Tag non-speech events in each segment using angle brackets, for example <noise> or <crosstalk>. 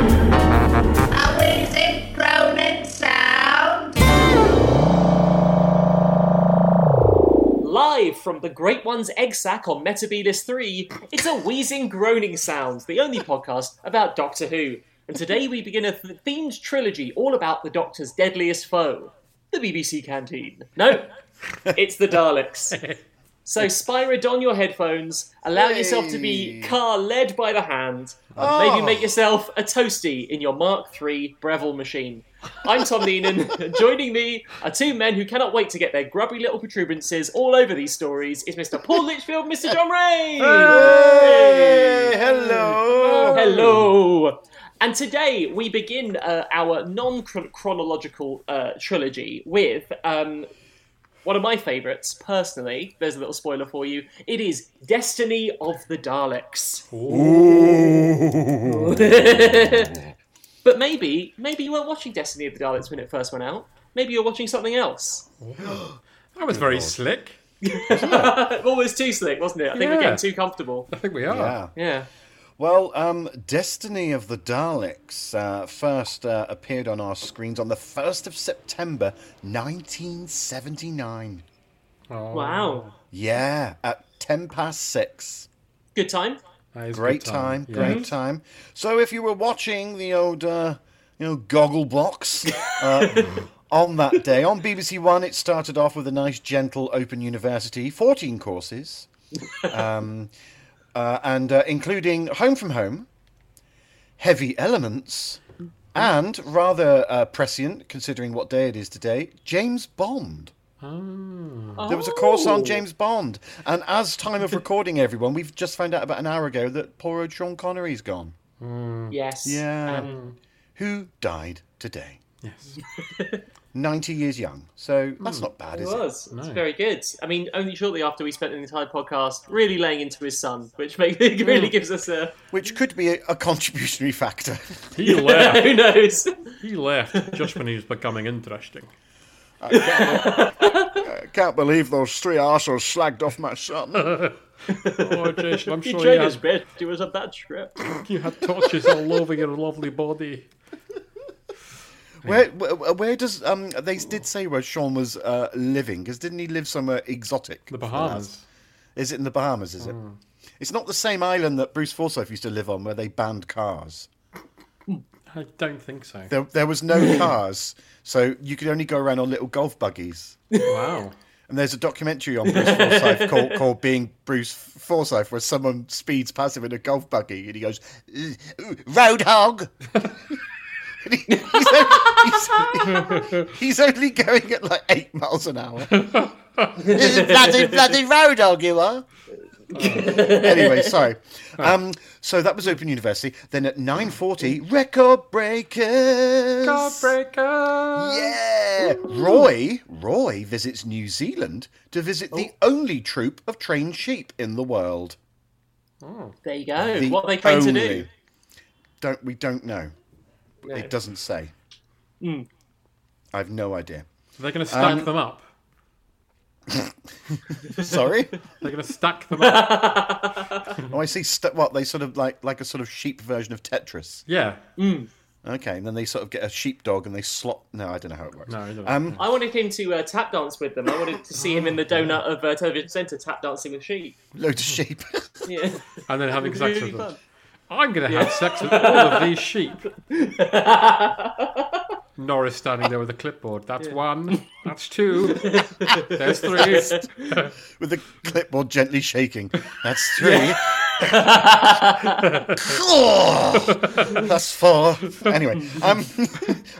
A wheezing, groaning sound. Live from the Great One's egg sack on Metabolus 3, it's a wheezing, groaning sound, the only podcast about Doctor Who. And today we begin a th- themed trilogy all about the Doctor's deadliest foe, the BBC canteen. No, it's the Daleks. So, Spyro, don your headphones, allow yourself to be car led by the hand, and maybe make yourself a toasty in your Mark III Breville machine. I'm Tom Neenan, <laughs> and joining me are two men who cannot wait to get their grubby little protuberances all over these stories. Is Mr. Paul Litchfield, Mr. John Ray? Oh, Hey, hello. Hello. And today we begin uh, our non chronological uh, trilogy with um, one of my favourites, personally. There's a little spoiler for you. It is Destiny of the Daleks. <laughs> <laughs> but maybe, maybe you weren't watching Destiny of the Daleks when it first went out. Maybe you're watching something else. <laughs> That was very slick. Almost too slick, wasn't it? I think we're Yeah. getting too comfortable. I think we are. Yeah. Yeah. Well, um, Destiny of the Daleks uh, first uh, appeared on our screens on the 1st of September 1979. Oh, Wow. Yeah, at 10 past 6. Good time. that is Great good time, Yeah. great time. So if you were watching the old, uh, you know, <laughs> goggle box uh, on that day, on BBC One, it started off with a nice, gentle Open University, 14 courses, um, uh, and uh, including Home from Home, Heavy Elements, and rather uh, prescient, considering what day it is today, James Bond. There was a course on James Bond, and as time <laughs> of recording, everyone, we've just found out about an hour ago that poor old Sean Connery's gone. Yes. Yeah. Um, Who died today? Yes. 90 years young. So that's not bad, It is it? was. It's No. very good. I mean, only shortly after we spent an entire podcast really laying into his son, which make, <laughs> really gives us a Which could be a, a contributory factor. He <laughs> left. <laughs> who knows. he left just when he was becoming interesting. <laughs> I can't believe those three arseholes slagged off my son. Oh, Jason, I'm He sure you tried his had, best. He was on that trip. you had torches all over your lovely body. <laughs> where, where, where does um? They did say where Sean was uh, living, because didn't he live somewhere exotic? The Bahamas. Hmm. Is it in the Bahamas? Is it? It's not the same island that Bruce Forsyth used to live on, where they banned cars. I don't think <laughs> so. There, there was no cars, so you could only go around on little golf buggies. Wow. And there's a documentary on Bruce Forsyth called, called "Being Bruce Forsyth," where someone speeds past him in a golf buggy, and he goes, "Ooh, ooh, "Road hog." <laughs> And he- he's, only, he's- he's only going at like eight miles an hour. <laughs> This is bloody bloody road hog you are. anyway, sorry. Um, so that was Open University. Then at nine forty, record breakers. Heartbreaker. Yeah! Roy, Roy visits New Zealand to visit the only troop of trained sheep in the world. There you go. The what are they trying to do? only. Don't we don't know. It doesn't say. I've no idea. They're going to stack Um, them up. Sorry. They're going to stack them <laughs> up. oh, I see. St- what they sort of like, like a sort of sheep version of Tetris. Yeah. Okay, and then they sort of get a sheepdog and they slot. No, I don't know how it works. No, I don't Um, I wanted him to uh, tap dance with them. I wanted to see him in the donut of uh, Television Centre tap dancing with sheep. loads <laughs> of sheep. Yeah. And <laughs> then having sex really with them. fun. I'm going to have sex with all of <laughs> these sheep. Norris standing there with a clipboard. That's one. That's two. There's three. with the clipboard gently shaking. That's three. <laughs> That's four. Anyway, um, <laughs>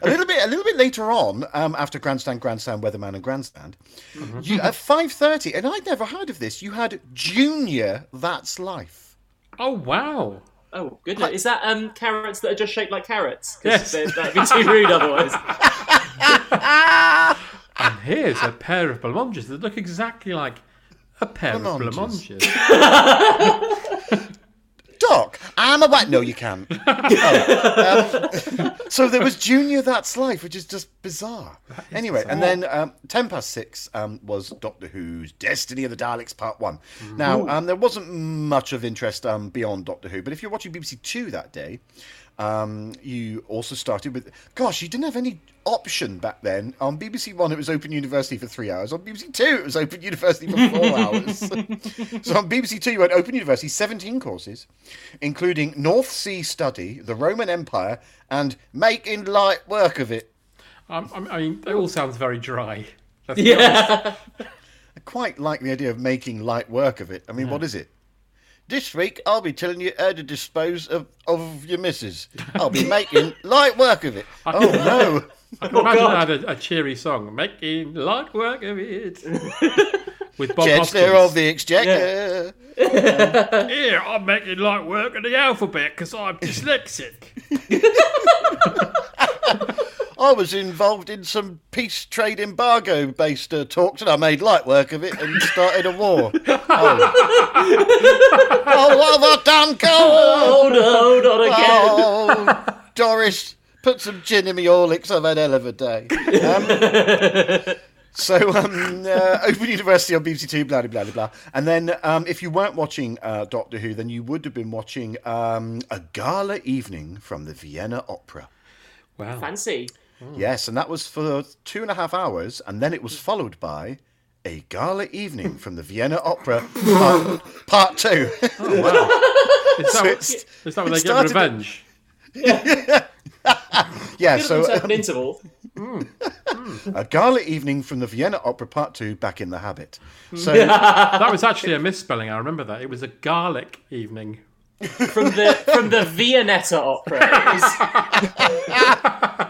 a little bit, a little bit later on, um, after Grandstand, Grandstand, Weatherman, and Grandstand, you, at five thirty, and I'd never heard of this. You had Junior. That's life. Oh wow! Oh goodness! Is that um carrots that are just shaped like carrots? 'Cause Yes. they- That'd be too rude otherwise. And here's a pair of blancmanges that look exactly like a pair Blancmanges. of blancmanges. Dom, sock. I'm a white. No, you can't. Oh, um, <laughs> so there was Junior That's Life, which is just bizarre. Anyway, and then um, ten past six um, was Doctor Who's Destiny of the Daleks Part One. Now um, there wasn't much of interest um, beyond Doctor Who, but if you're watching BBC Two that day, um, you also started with, gosh, you didn't have any option back then. On BBC One, it was Open University for three hours. On BBC Two, it was Open University for four hours. <laughs> so on BBC Two, you had Open University, 17 courses, including North Sea Study, the Roman Empire, and Making Light Work of It. Um, I mean, it all sounds very dry. Let's be honest. Yeah. I quite like the idea of making light work of it. I mean, what is it? This week, I'll be telling you how to dispose of, of your missus. I'll be making light work of it. Oh, no. I can imagine Oh, God. that a, a cheery song, making light work of <laughs> it, with Bob Jets, they're all Hoskins. the exchequer. Here, I'm making light work of the alphabet because I'm dyslexic. I was involved in some peace trade embargo based uh, talks and I made light work of it and started a war. Oh, oh what have I done, Cole? oh no, not again. Oh, Doris, put some gin in me Horlicks. I've had hell of a day. Um, so, um, uh, Open University on BBC Two, blah, blah, blah, blah. And then, um, if you weren't watching uh, Doctor Who, then you would have been watching um, a gala evening from the Vienna Opera. Wow. Fancy. Yes, and that was for two and a half hours, and then it was followed by a gala evening from the Vienna Opera, part, part two. <laughs> Is that, what- it's- is that when it they get started- revenge? yeah, Give so, so themselves um, an interval. a gala evening from the Vienna Opera, part two, back in the habit. So That was actually a misspelling. I remember that. It was a garlic evening. From the from the Viennetta opera. It was-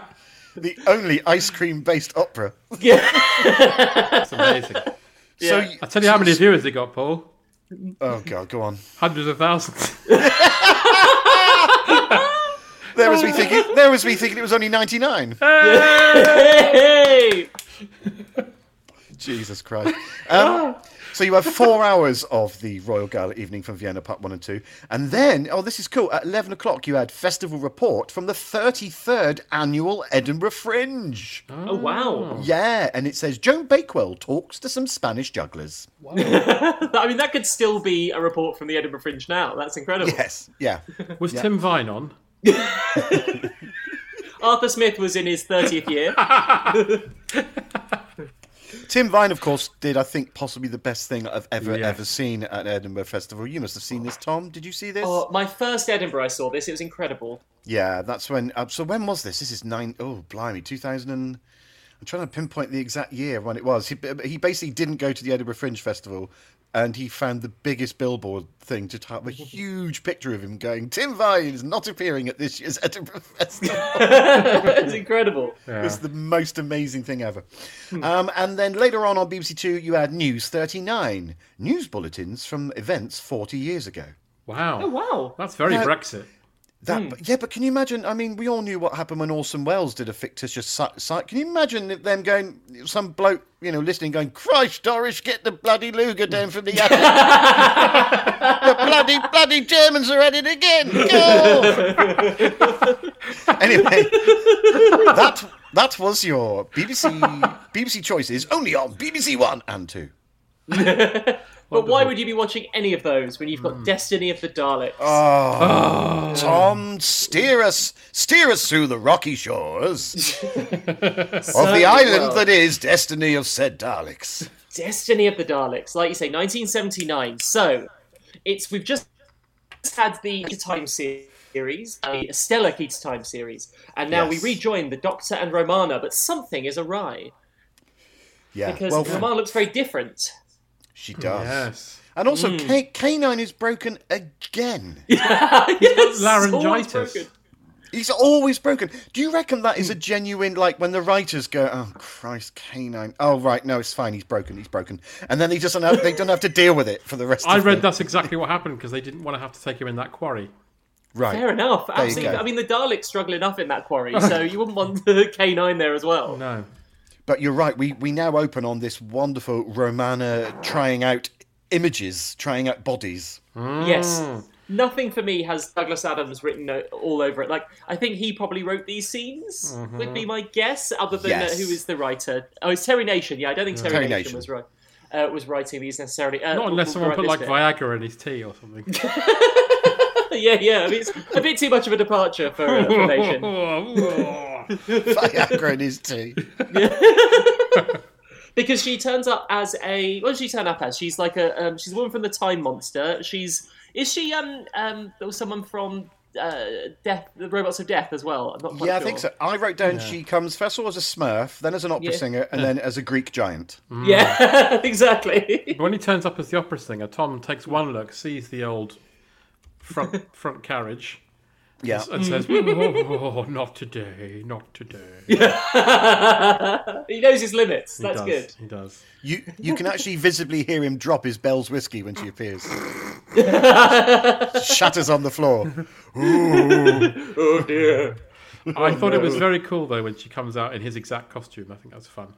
the only ice cream based opera. yeah. That's amazing. So Yeah. you- I tell you how many viewers they got, Paul. Oh god, go on. Hundreds of thousands. <laughs> There was me thinking. There was me thinking it was only ninety nine. Hey! Jesus Christ. Um, so you have four hours of the Royal Gala evening from Vienna, part one and two. And then, oh, this is cool. At 11 o'clock, you had Festival Report from the 33rd Annual Edinburgh Fringe. Oh wow. Yeah, and it says Joan Bakewell talks to some Spanish jugglers. I mean that could still be a report from the Edinburgh Fringe now. That's incredible. Yes, yeah. Was Tim Vine on? Arthur Smith was in his 30th year. Tim Vine, of course, did, I think, possibly the best thing I've ever, Yeah. ever seen at an Edinburgh Festival. You must have seen this, Tom. Did you see this? Oh, my first Edinburgh I saw this. It was incredible. <laughs> Yeah, that's when. Uh, so when was this? This is nine oh blimey, two thousand and. I'm trying to pinpoint the exact year when it was. He, he basically didn't go to the Edinburgh Fringe Festival, and he found the biggest billboard thing to have a huge picture of him going. Tim Vine is not appearing at this year's <laughs> Edinburgh Festival. it's incredible. Yeah. It's the most amazing thing ever. Um, and then later on on BBC Two, you had News 39, news bulletins from events 40 years ago. Wow. Oh wow. That's very Yeah. Brexit. That, but yeah, but can you imagine? I mean, we all knew what happened when Orson Welles did a fictitious site. site. Can you imagine if them going, some bloke, you know, listening, going, "Christ, Doris, get the bloody Luger down from the attic. the bloody bloody Germans are at it again." Go! anyway, that that was your BBC BBC choices only on BBC One and Two. But why would you be watching any of those when you've got Destiny of the Daleks? Oh. Oh. Tom, steer us, steer us through the rocky shores of the island well. that is destiny of said Daleks. Destiny of the Daleks, like you say, 1979. So it's we've just had the Keats Time series, uh, the Stella Keats Time series, and now Yes. we rejoin the Doctor and Romana. But something is awry Yeah, because well, Romana looks very different. <laughs> she does. Yes. And also, Hmm. K- canine is broken again. Yes, laryngitis. always broken. He's always broken. Do you reckon that is a genuine like when the writers go, "Oh Christ, canine." Oh right, no, it's fine. He's broken. He's broken. And then they just don't have, they don't have to deal with it for the rest. I of read the, that's exactly what happened because they didn't want to have to take him in that quarry. right. Fair enough. you Absolutely. go. I mean, the Daleks struggle enough in that quarry, <laughs> so you wouldn't want <laughs> the K9 there as well. No. But you're right. We we now open on this wonderful Romana trying out images, trying out bodies. <laughs> Yes. nothing for me has Douglas Adams written o- all over it. Like, I think he probably wrote these scenes, would be my guess, other than Mm-hmm. Yes. Mm. uh, who is the writer. Oh, it's Terry Nation. Yeah, I don't think Terry, Terry Nation, Nation. was right. Uh, was writing these necessarily? Uh, Not unless who someone wrote put this like bit. Viagra in his tea or something. <laughs> <laughs> yeah, yeah. I mean, it's a bit too much of a departure for, uh, for <laughs> Nation. Oh, Viagra in his tea. because she turns up as a what does she turn up as? She's like a um, she's a woman from the Time Monster. She's is she um um there was someone from uh Death the Robots of Death as well. I'm not quite Yeah, I sure. think so. I wrote down she comes first of all as a Smurf, then as an opera Yeah. Mm. singer, and then as a Greek giant. Yeah, <laughs> Mm. exactly. when he turns up as the opera singer, Tom takes one look, sees the old <laughs> front front carriage, <laughs> Yeah. and says, "Oh, not today, <laughs> not today." He he knows his limits. That's does, good. He does. You you can actually visibly hear him drop his Bell's whiskey when <laughs> she appears. Shatters on the floor. Oh dear. I thought it was very cool though when she comes out in his exact costume. I think that's fun.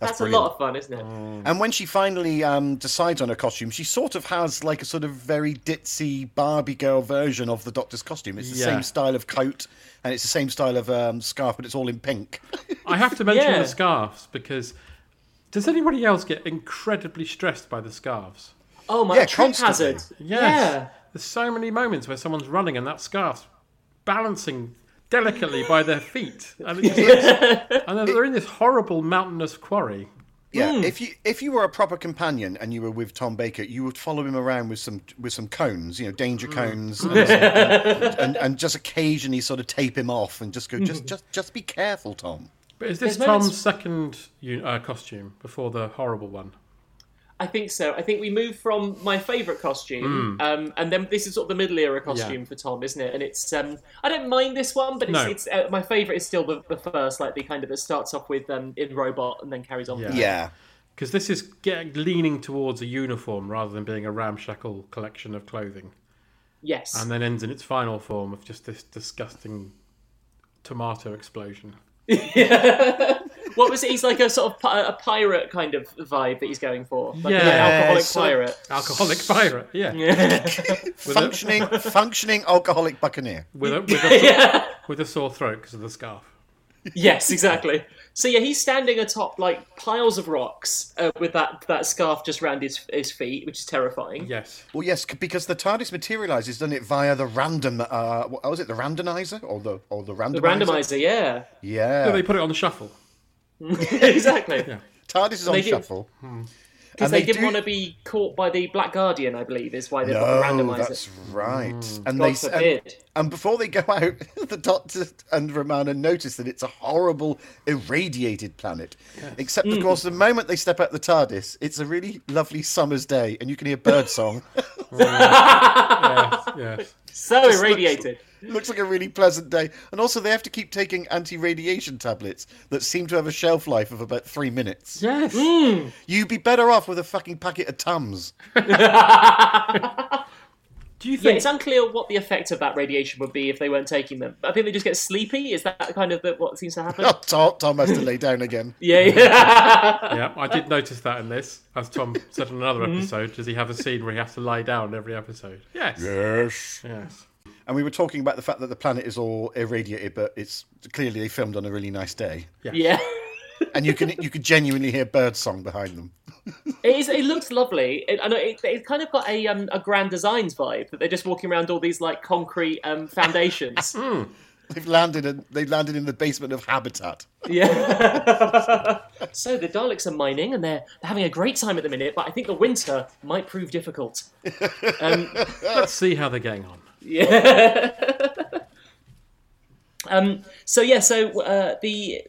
That's, a brilliant. lot of fun, isn't it? And when she finally um, decides on her costume, she sort of has like a sort of very ditzy Barbie girl version of the Doctor's costume. It's the Yeah. same style of coat and it's the same style of um, scarf, but it's all in pink. I have to mention Yeah. the scarves because does anybody else get incredibly stressed by the scarves? Oh my Yeah, trip constantly. hazard. Yes. Yeah. There's so many moments where someone's running and that scarf's balancing delicately by their feet. And, <laughs> it just looks- and they're- they're in this horrible mountainous quarry. Yeah, if you if you were a proper companion and you were with Tom Baker, you would follow him around with some with some cones, you know, danger cones, and, some, uh, and, and just occasionally sort of tape him off and just go, just just just be careful, Tom. But is this There's Tom's moments- second u- uh, costume before the horrible one? I think so. I think we move from my favourite costume, um, and then this is sort of the middle era costume Hmm. Yeah. for Tom, isn't it? And it's um, I don't mind this one, but it's, No. it's uh, my favourite is still the, the first, like the kind of that starts off with um, in robot and then carries on. Yeah. from there. Yeah, Because this is getting, leaning towards a uniform rather than being a ramshackle collection of clothing, Yes. and then ends in its final form of just this disgusting tomato explosion. what was it? He's like a sort of pi- a pirate kind of vibe that he's going for, like Yeah. an alcoholic So- pirate. <laughs> Alcoholic pirate, yeah. functioning functioning alcoholic buccaneer. With, a, <laughs> with, a, Yeah. with a sore throat because of the scarf. Yes, exactly. So yeah, he's standing atop like piles of rocks uh, with that that scarf just round his his feet, which is terrifying. Yes. Well, yes, c- because the TARDIS materializes, doesn't it, via the random? Uh, what was it? The randomizer or the or the randomizer? The randomizer, yeah, <laughs> So they Yeah, put it on shuffle. exactly. TARDIS is on they do- shuffle. Because And they, they didn't do- want to be caught by the Black Guardian, I believe, is why they have got the No, randomizer. that's right. God And they and, forbid. And before they go <laughs> out, the Doctor and Romana notice that it's a horrible, irradiated planet. Except, of course, the moment they step out the TARDIS, it's a really lovely summer's day, and you can hear birdsong. <laughs> yes, yes. so irradiated. Looks like a really pleasant day. And also, they have to keep taking anti-radiation tablets that seem to have a shelf life of about three minutes. Yes. You'd be better off with a fucking packet of Tums. Do you Yeah, think it's unclear what the effect of that radiation would be if they weren't taking them. I think they just get sleepy. Is that kind of the, what seems to <laughs> happen? Oh, Tom, Tom has to lay down again. yeah, yeah. <laughs> Yeah, I did notice that in this. As Tom said in <laughs> another episode, does he have a scene where he has to lie down every episode? Yes. Yes. Yes. And we were talking about the fact that the planet is all irradiated, but it's clearly they filmed on a really nice day. yeah. and you can you could genuinely hear birdsong behind them. It, is, it looks lovely. It, I know it, it's kind of got a um, a grand designs vibe that they're just walking around all these like concrete um, foundations. They've landed and they landed in the basement of Habitat. Yeah. so the Daleks are mining and they're, they're having a great time at the minute, but I think the winter might prove difficult. Let's see how they're getting on. <laughs> Um, so yeah, so uh, the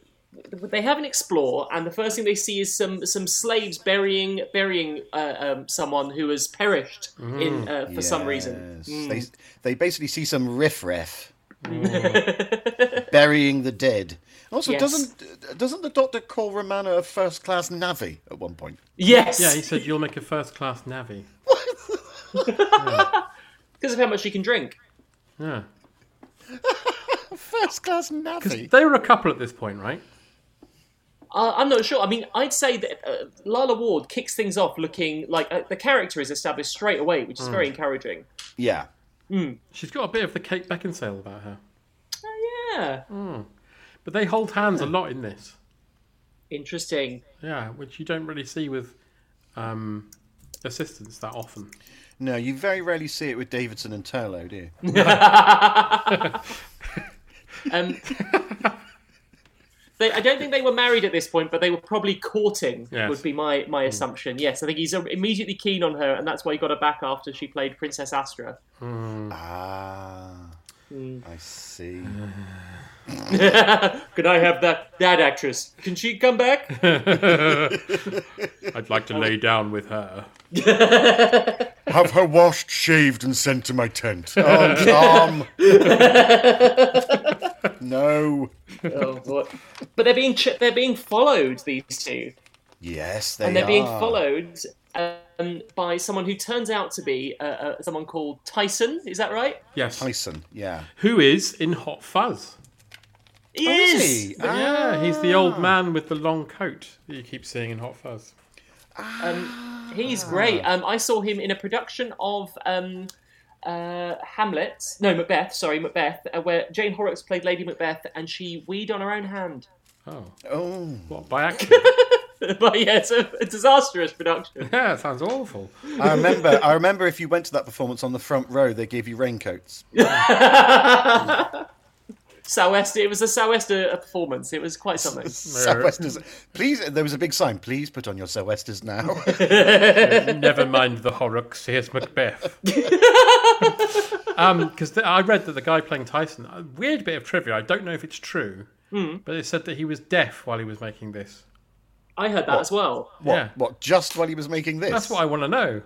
they have an explore, and the first thing they see is some some slaves burying burying uh, um, someone who has perished in uh, for some reason. Hmm. They they basically see some riffraff <laughs> burying the dead. Also, Yes. doesn't doesn't the doctor call Romano a first class navvy at one point? Yes, Yeah, he said you'll make a first class navvy. because of how much he can drink. Yeah. First class navvy. They were a couple at this point, right? Uh, I'm not sure. I mean, I'd say that uh, Lala Ward Mm. kicks things off looking like uh, the character is established straight away, which is very encouraging. Yeah. She's got a bit of the Kate Beckinsale about her. Oh, yeah. But they hold hands a lot in this. Interesting. Yeah, which you don't really see with um, assistants that often. No, you very rarely see it with Davidson and Turlow, do Hmm. you? <laughs> Um, they, I don't think they were married at this point, but they were probably courting. Yes. Mm. Would be my my assumption. Yes, I think he's uh, immediately keen on her, and that's why he got her back after she played Princess Astra. <laughs> Ah, I <laughs> see. Could I have that that actress? Can she come back? <laughs> I'd like to lay down with her. Have her washed, shaved, and sent to my tent. Oh, Tom. <laughs> no. oh, boy. But they're being ch- they're being followed. These two. Yes, they and they're being are. followed um, by someone who turns out to be uh, uh, someone called Tyson. Is that right? Yes. Tyson, yeah. Who is in Hot Fuzz? He Oh, is. is he? Ah, Yeah, he's the old man with the long coat that you keep seeing in Hot Fuzz. He's Ah. great. Um, I saw him in a production of um, uh, Hamlet. No, Macbeth. Sorry, Macbeth, uh, where Jane Horrocks played Lady Macbeth, and she weed on her own hand. <laughs> Oh, Oh, what by accident? <laughs> but yeah, it's a, a disastrous production. yeah, it sounds awful. I remember. I remember. If you went to that performance on the front row, they gave you raincoats. Southwest. It was a Southwest uh, performance. It was quite something. <laughs> Southwesters, please. There was a big sign. Please put on your southwesters now. <laughs> Never mind the Horrocks. Here's Macbeth. um, because I read that the guy playing Tyson. A weird bit of trivia. I don't know if it's true, Hmm. but it said that he was deaf while he was making this. I heard that as <laughs> well. What? Yeah. What? Just while he was making this? That's what I want to know.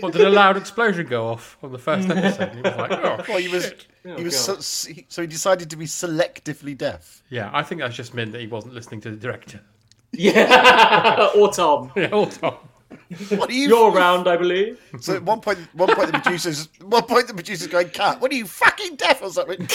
What did a loud explosion go off on the first episode? And he was like, oh, Well, he was. shit. he was God. so, so he decided to be selectively deaf. Yeah, I think that's just meant that he wasn't listening to the director. <laughs> Yeah, <laughs> or Tom. Yeah, hold on. What are you? You're round, I believe. <laughs> So at one point, one point the producers, <laughs> one point the producers going, "Cat, what are you fucking deaf or something?" <laughs>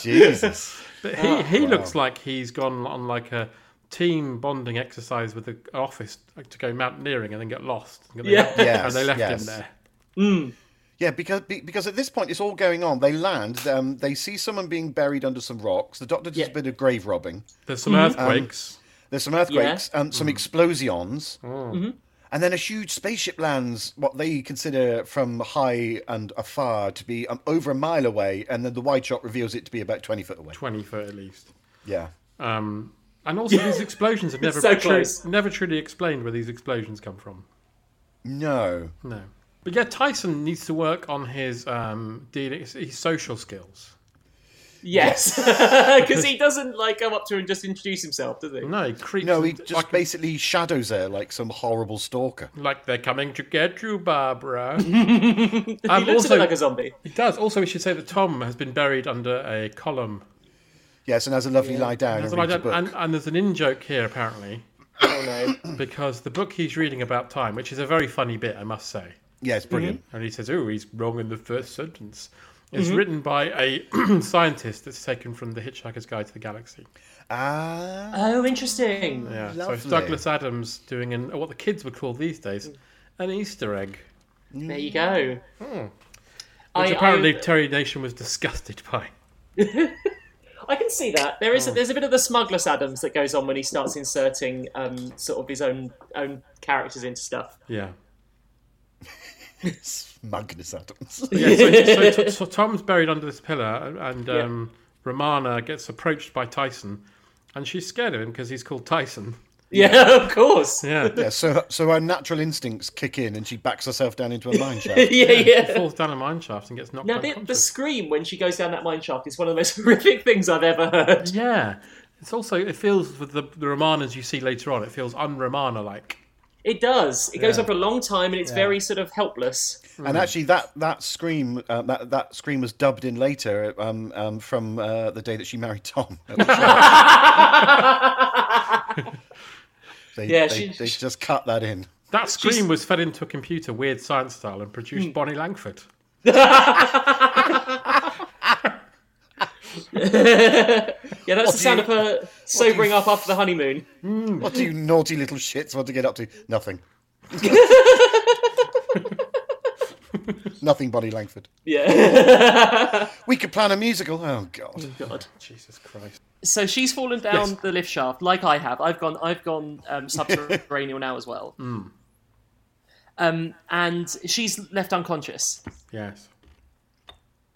Jesus. But Ah. he, he looks like he's gone on like a team bonding exercise with the an office like, to go mountaineering and then get lost. And they Yeah. left- Yes, and they left yes. him there. Yeah, because be- because at this point it's all going on. They land. Um, they see someone being buried under some rocks. The doctor does Yeah. a bit of grave robbing. There's some Mm-hmm. earthquakes. Um, There's some earthquakes and some explosions. Mm-hmm. And then a huge spaceship lands what they consider from high and afar to be um, over a mile away, and then the wide shot reveals it to be about 20 foot away. 20 foot at least. Yeah. Um, and also, these <laughs> explosions are never, so tru- close. never truly explained where these explosions come from. No. No. But yeah, Tyson needs to work on his um, dealing, his social skills. Yes, <laughs> <laughs> because he doesn't like go up to her and just introduce himself, does he? No, he creeps. No, he and- just like, basically shadows her like some horrible stalker. like they're coming to get <laughs> you, Barbara. Um, He looks a bit like a <laughs> zombie. He does. Also, we should say that Tom has been buried under a column. Yes, and has a lovely lie down and, So I reads a don't- book. and, and there's an in joke here, apparently, Oh no. because the book he's reading about time, which is a very funny bit, I must say, Yes, brilliant. and he says, Oh, he's wrong in the first sentence, is Mm-hmm. written by a <clears throat> scientist that's taken from The Hitchhiker's Guide to the Galaxy. Ah, Oh, interesting. Yeah. So it's Lovely. Douglas Adams doing an, what the kids would call these days an Easter egg. There you go. Hmm. Which apparently Terry Nation was <laughs> disgusted by. I can see that there Hmm. is a, there's a bit of the smuggler's Adams that goes on when he starts inserting um, sort of his own own characters into stuff. Yeah. Magnus Adams. Yeah, so, so, so, so Tom's buried under this pillar, and Yeah. um, Romana gets approached by Tyson, and she's scared of him because he's called Tyson. <laughs> Yeah, of course. Yeah, Yeah, yeah, Uh, so so her natural instincts kick in, and she backs herself down into a <laughs> mine shaft. yeah. falls down a mine shaft and gets knocked Now the, the unconscious. scream when she goes down that mine shaft is one of the most <laughs> horrific things I've ever heard. Yeah, it's also it feels with the, the Romanas you see later on, it feels un-Romana like. It does. It goes Yeah. on for a long time and it's very sort of helpless. And actually, that that scream uh, that that scream was dubbed in later um, um, from uh, the day that she married Tom. <laughs> <laughs> they, Yeah, they, she- they just cut that in. That scream was fed into a computer, weird science style, and produced Bonnie Langford. Yeah, that's the do sound of you- her sobering up after the honeymoon. <laughs> What do you naughty little shits want to get up to? Nothing. Nothing Bonnie Langford. Yeah. We could plan a musical. Oh, <laughs> God. God. Jesus Christ. So she's fallen down Yes. the lift shaft, like I have. I've gone, I've gone <laughs> um, subterranean now as well. Hmm. Um, and she's left unconscious. Yes.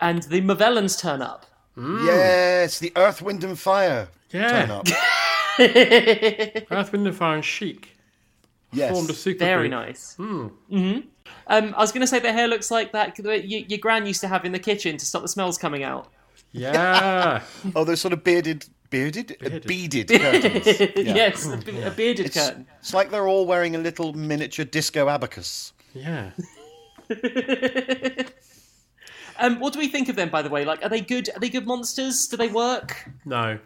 And the Mavellans turn up. Yes, the Earth, Wind, and Fire turn Mm. <laughs> Yeah. up. Earth, Wind and Fire and Chic formed a Yes. super Very group. nice. Mm. hmm Um, I was going to say their hair looks like that that y- your gran used to have in the kitchen to stop the smells coming out. <laughs> <laughs> Yeah. Oh, those sort of bearded, bearded, Uh, <laughs> beaded curtains. <laughs> yes, a, be- a bearded curtain. It's like they're all wearing a little miniature disco abacus. yeah. Um, what do we think of them, by the way? Like, are they good? Are they good monsters? Do they work? No.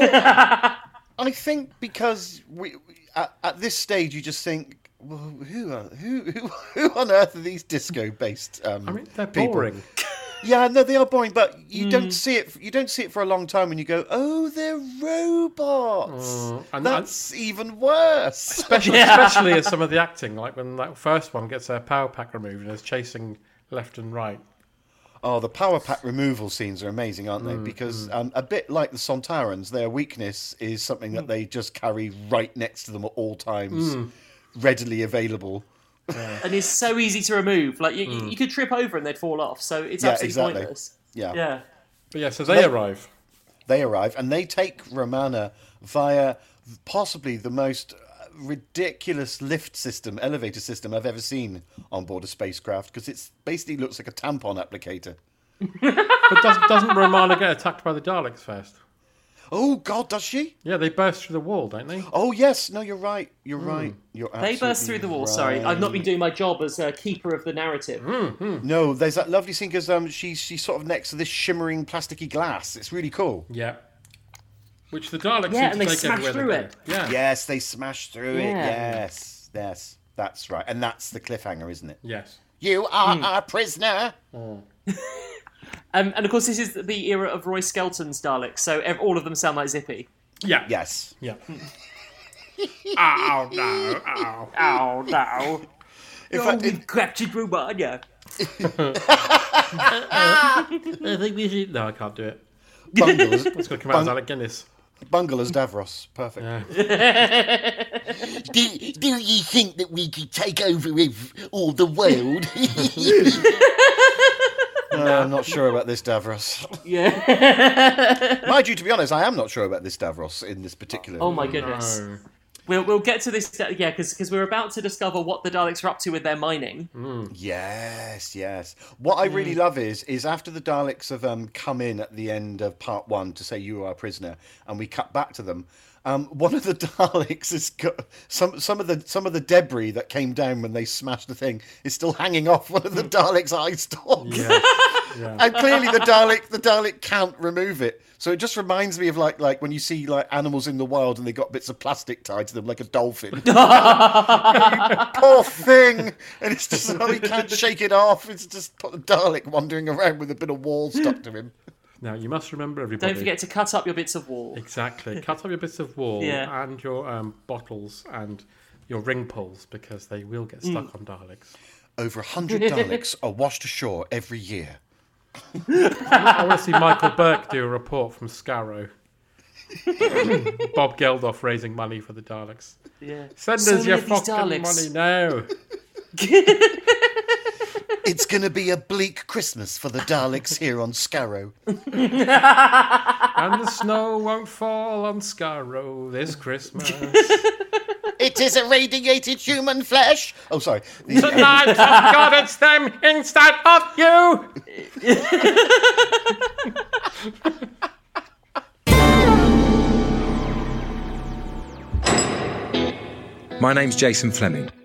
I think because we, we- at, at this stage you just think, well, who are who who, <laughs> who on earth are these disco-based? Um, I mean, they're people? boring. Hmm. Yeah, no, they are boring, but you don't see it. You don't see it for a long time, and you go, "Oh, they're robots." Mm, and- That's even worse. Especially, especially as some of the acting, like when that first one gets their power pack removed and is chasing left and right. Oh, the power pack removal scenes are amazing, aren't they? Mm, because Um, a bit like the Sontarans, their weakness is something Mm. that they just carry right next to them at all times, readily available. And it's so easy to remove. Like, you, you- you could trip over and they'd fall off. So it's Yeah, absolutely exactly. pointless. Yeah. Yeah. But yeah, so they arrive. They arrive and they take Romana via possibly the most ridiculous lift system, elevator system I've ever seen on board a spacecraft because it basically looks like a tampon applicator. But does, doesn't Romana get attacked by the Daleks first? Oh, God, does she? Yeah, they burst through the wall, don't they? Oh, yes. No, you're right. You're right. You're Mm. They burst through the wall. Sorry, I've not been doing my job as a keeper of the narrative. No, there's that lovely scene because um, she's she's sort of next to this shimmering plasticky glass. It's really cool. Yeah. Which the Daleks Yeah, and seem to they take smash everywhere through they go. it. Yeah. Yes, they smash through it. Yeah. Yes, yes, that's right. And that's the cliffhanger, isn't it? Yes. You are Hmm. our prisoner. Um, and of course, this is the era of Roy Skelton's Daleks, so ev- all of them sound like Zippy. Yeah. Yes. <laughs> Yeah. ow, no, ow. Oh no! In oh, fact, we it, captured Romania. I think we should... No, I can't do it. bungles, It's going to come out as Alec Guinness. bungle as Davros. Perfect. <laughs> do, do you think that we could take over ev- all the world? No, I'm not sure about this Davros. Yeah. <laughs> Mind you, to be honest, I am not sure about this Davros in this particular. Oh my goodness. No. We'll we'll get to this. uh, Yeah, because we're about to discover what the Daleks are up to with their mining. Yes, yes. What I really love is is after the Daleks have um, come in at the end of part one to say you are a prisoner, and we cut back to them. Um, one of the <laughs> Daleks has got some some of the some of the debris that came down when they smashed the thing is still hanging off one of the Daleks' eye stalk, Yeah. and clearly the Dalek the Dalek can't remove it. So it just reminds me of like like when you see like animals in the wild and they got bits of plastic tied to them, like a dolphin. poor thing. And it's just oh, he can't shake it off. It's just put the Dalek wandering around with a bit of wall stuck to him. Now, you must remember, everybody... Don't forget to cut up your bits of wall. Exactly. Cut up your bits of wall Yeah. and your um, bottles and your ring pulls because they will get Mm. stuck on Daleks. Over a hundred Daleks are washed ashore every year. I want to see Michael Burke do a report <laughs> from Scarrow. Bob Geldof raising money for the Daleks. Yeah. Send So us many your of these fucking Daleks. money now. It's gonna be a bleak Christmas for the Daleks here on Scarrow. And the snow won't fall on Scarrow this Christmas. It is irradiated human flesh. Oh, <laughs> sorry. The- Tonight, oh God, it's them instead of you! My name's Jason Fleming.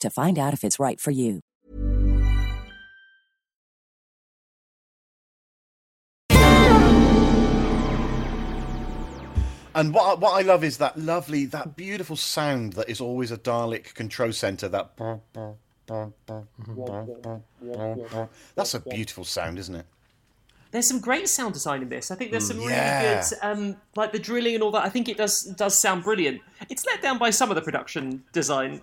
to find out if it's right for you. And what I, what I love is that lovely, that beautiful sound that is always a Dalek control center. That that's a beautiful sound, isn't it? There's some great sound design in this. I think there's some Mm, Yeah. really good, um, like the drilling and all that. I think it does does sound brilliant. It's let down by some of the production design,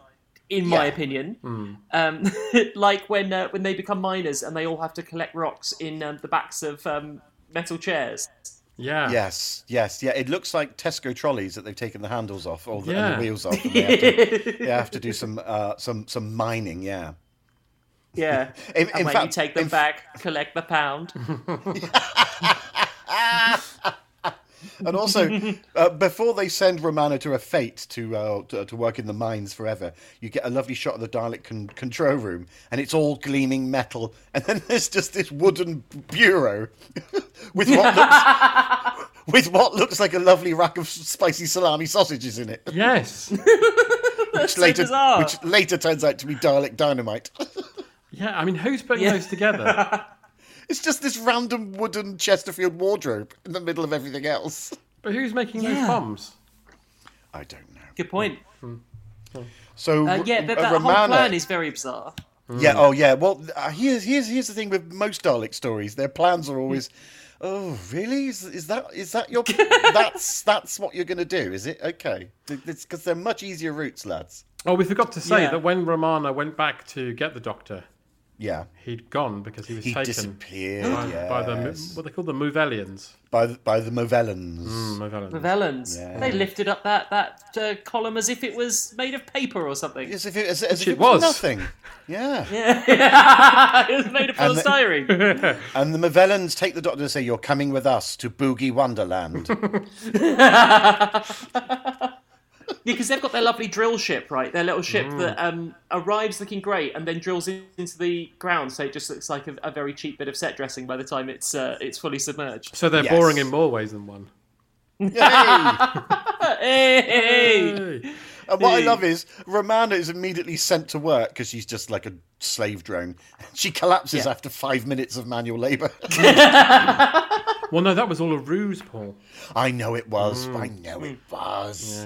in my Yeah. opinion. Mm. Um, <laughs> like when uh, when they become miners and they all have to collect rocks in um, the backs of um, metal chairs. Yeah. Yes. Yes. Yeah. It looks like Tesco trolleys that they've taken the handles off or the, and Yeah. the wheels off. And they, <laughs> have to, they have to do some uh, some some mining. Yeah. Yeah, <laughs> and In- in when you fact- take them back, collect the <laughs> pound. <laughs> And also, uh, before they send Romano to a fate to, uh, to to work in the mines forever, you get a lovely shot of the Dalek con- control room, and it's all gleaming metal, and then <laughs> there's just this wooden bureau <laughs> with what looks, <laughs> with what looks like a lovely rack of spicy salami sausages in it. Yes. which so later, bizarre. which later turns out to be Dalek dynamite. <laughs> Yeah, I mean, who's putting those together? it's just this random wooden Chesterfield wardrobe in the middle of everything else. But who's making Yeah. those bombs? I don't know. Good point. So Uh, yeah, but uh, that whole Romano- plan is very bizarre. Yeah. Oh, yeah. Well, uh, here's here's here's the thing with most Dalek stories. Their plans are always, oh, really? Is, is that is that your <laughs> that's that's what you're going to do? Is it okay? Because they're much easier routes, lads. Oh, we forgot to say Yeah. that when Romano went back to get the doctor, yeah, he'd gone because he was He taken disappeared, by, by the Mo- yes. what they call the Movelians. By the, by the Movellans. Movellans. The Vellans. Yeah. They lifted up that that uh, column as if it was made of paper or something. As if it, as, as if it it was was. <laughs> nothing. Yeah. Yeah. <laughs> it was made of And the- polystyrene. and the Movellans take the doctor and say, "You're coming with us to <laughs> Boogie Wonderland." Because they've got their lovely drill ship, right? Their little ship Mm. that um, arrives looking great and then drills in- into the ground, so it just looks like a, a very cheap bit of set dressing by the time it's uh, it's fully submerged. So they're boring in more ways than one. Hey! And Uh, what I Hey. love is Romana is immediately sent to work because she's just like a slave drone. <laughs> She collapses after five minutes of manual <laughs> labour. Well, no, that was all a ruse, Paul. I know it was. I know it was.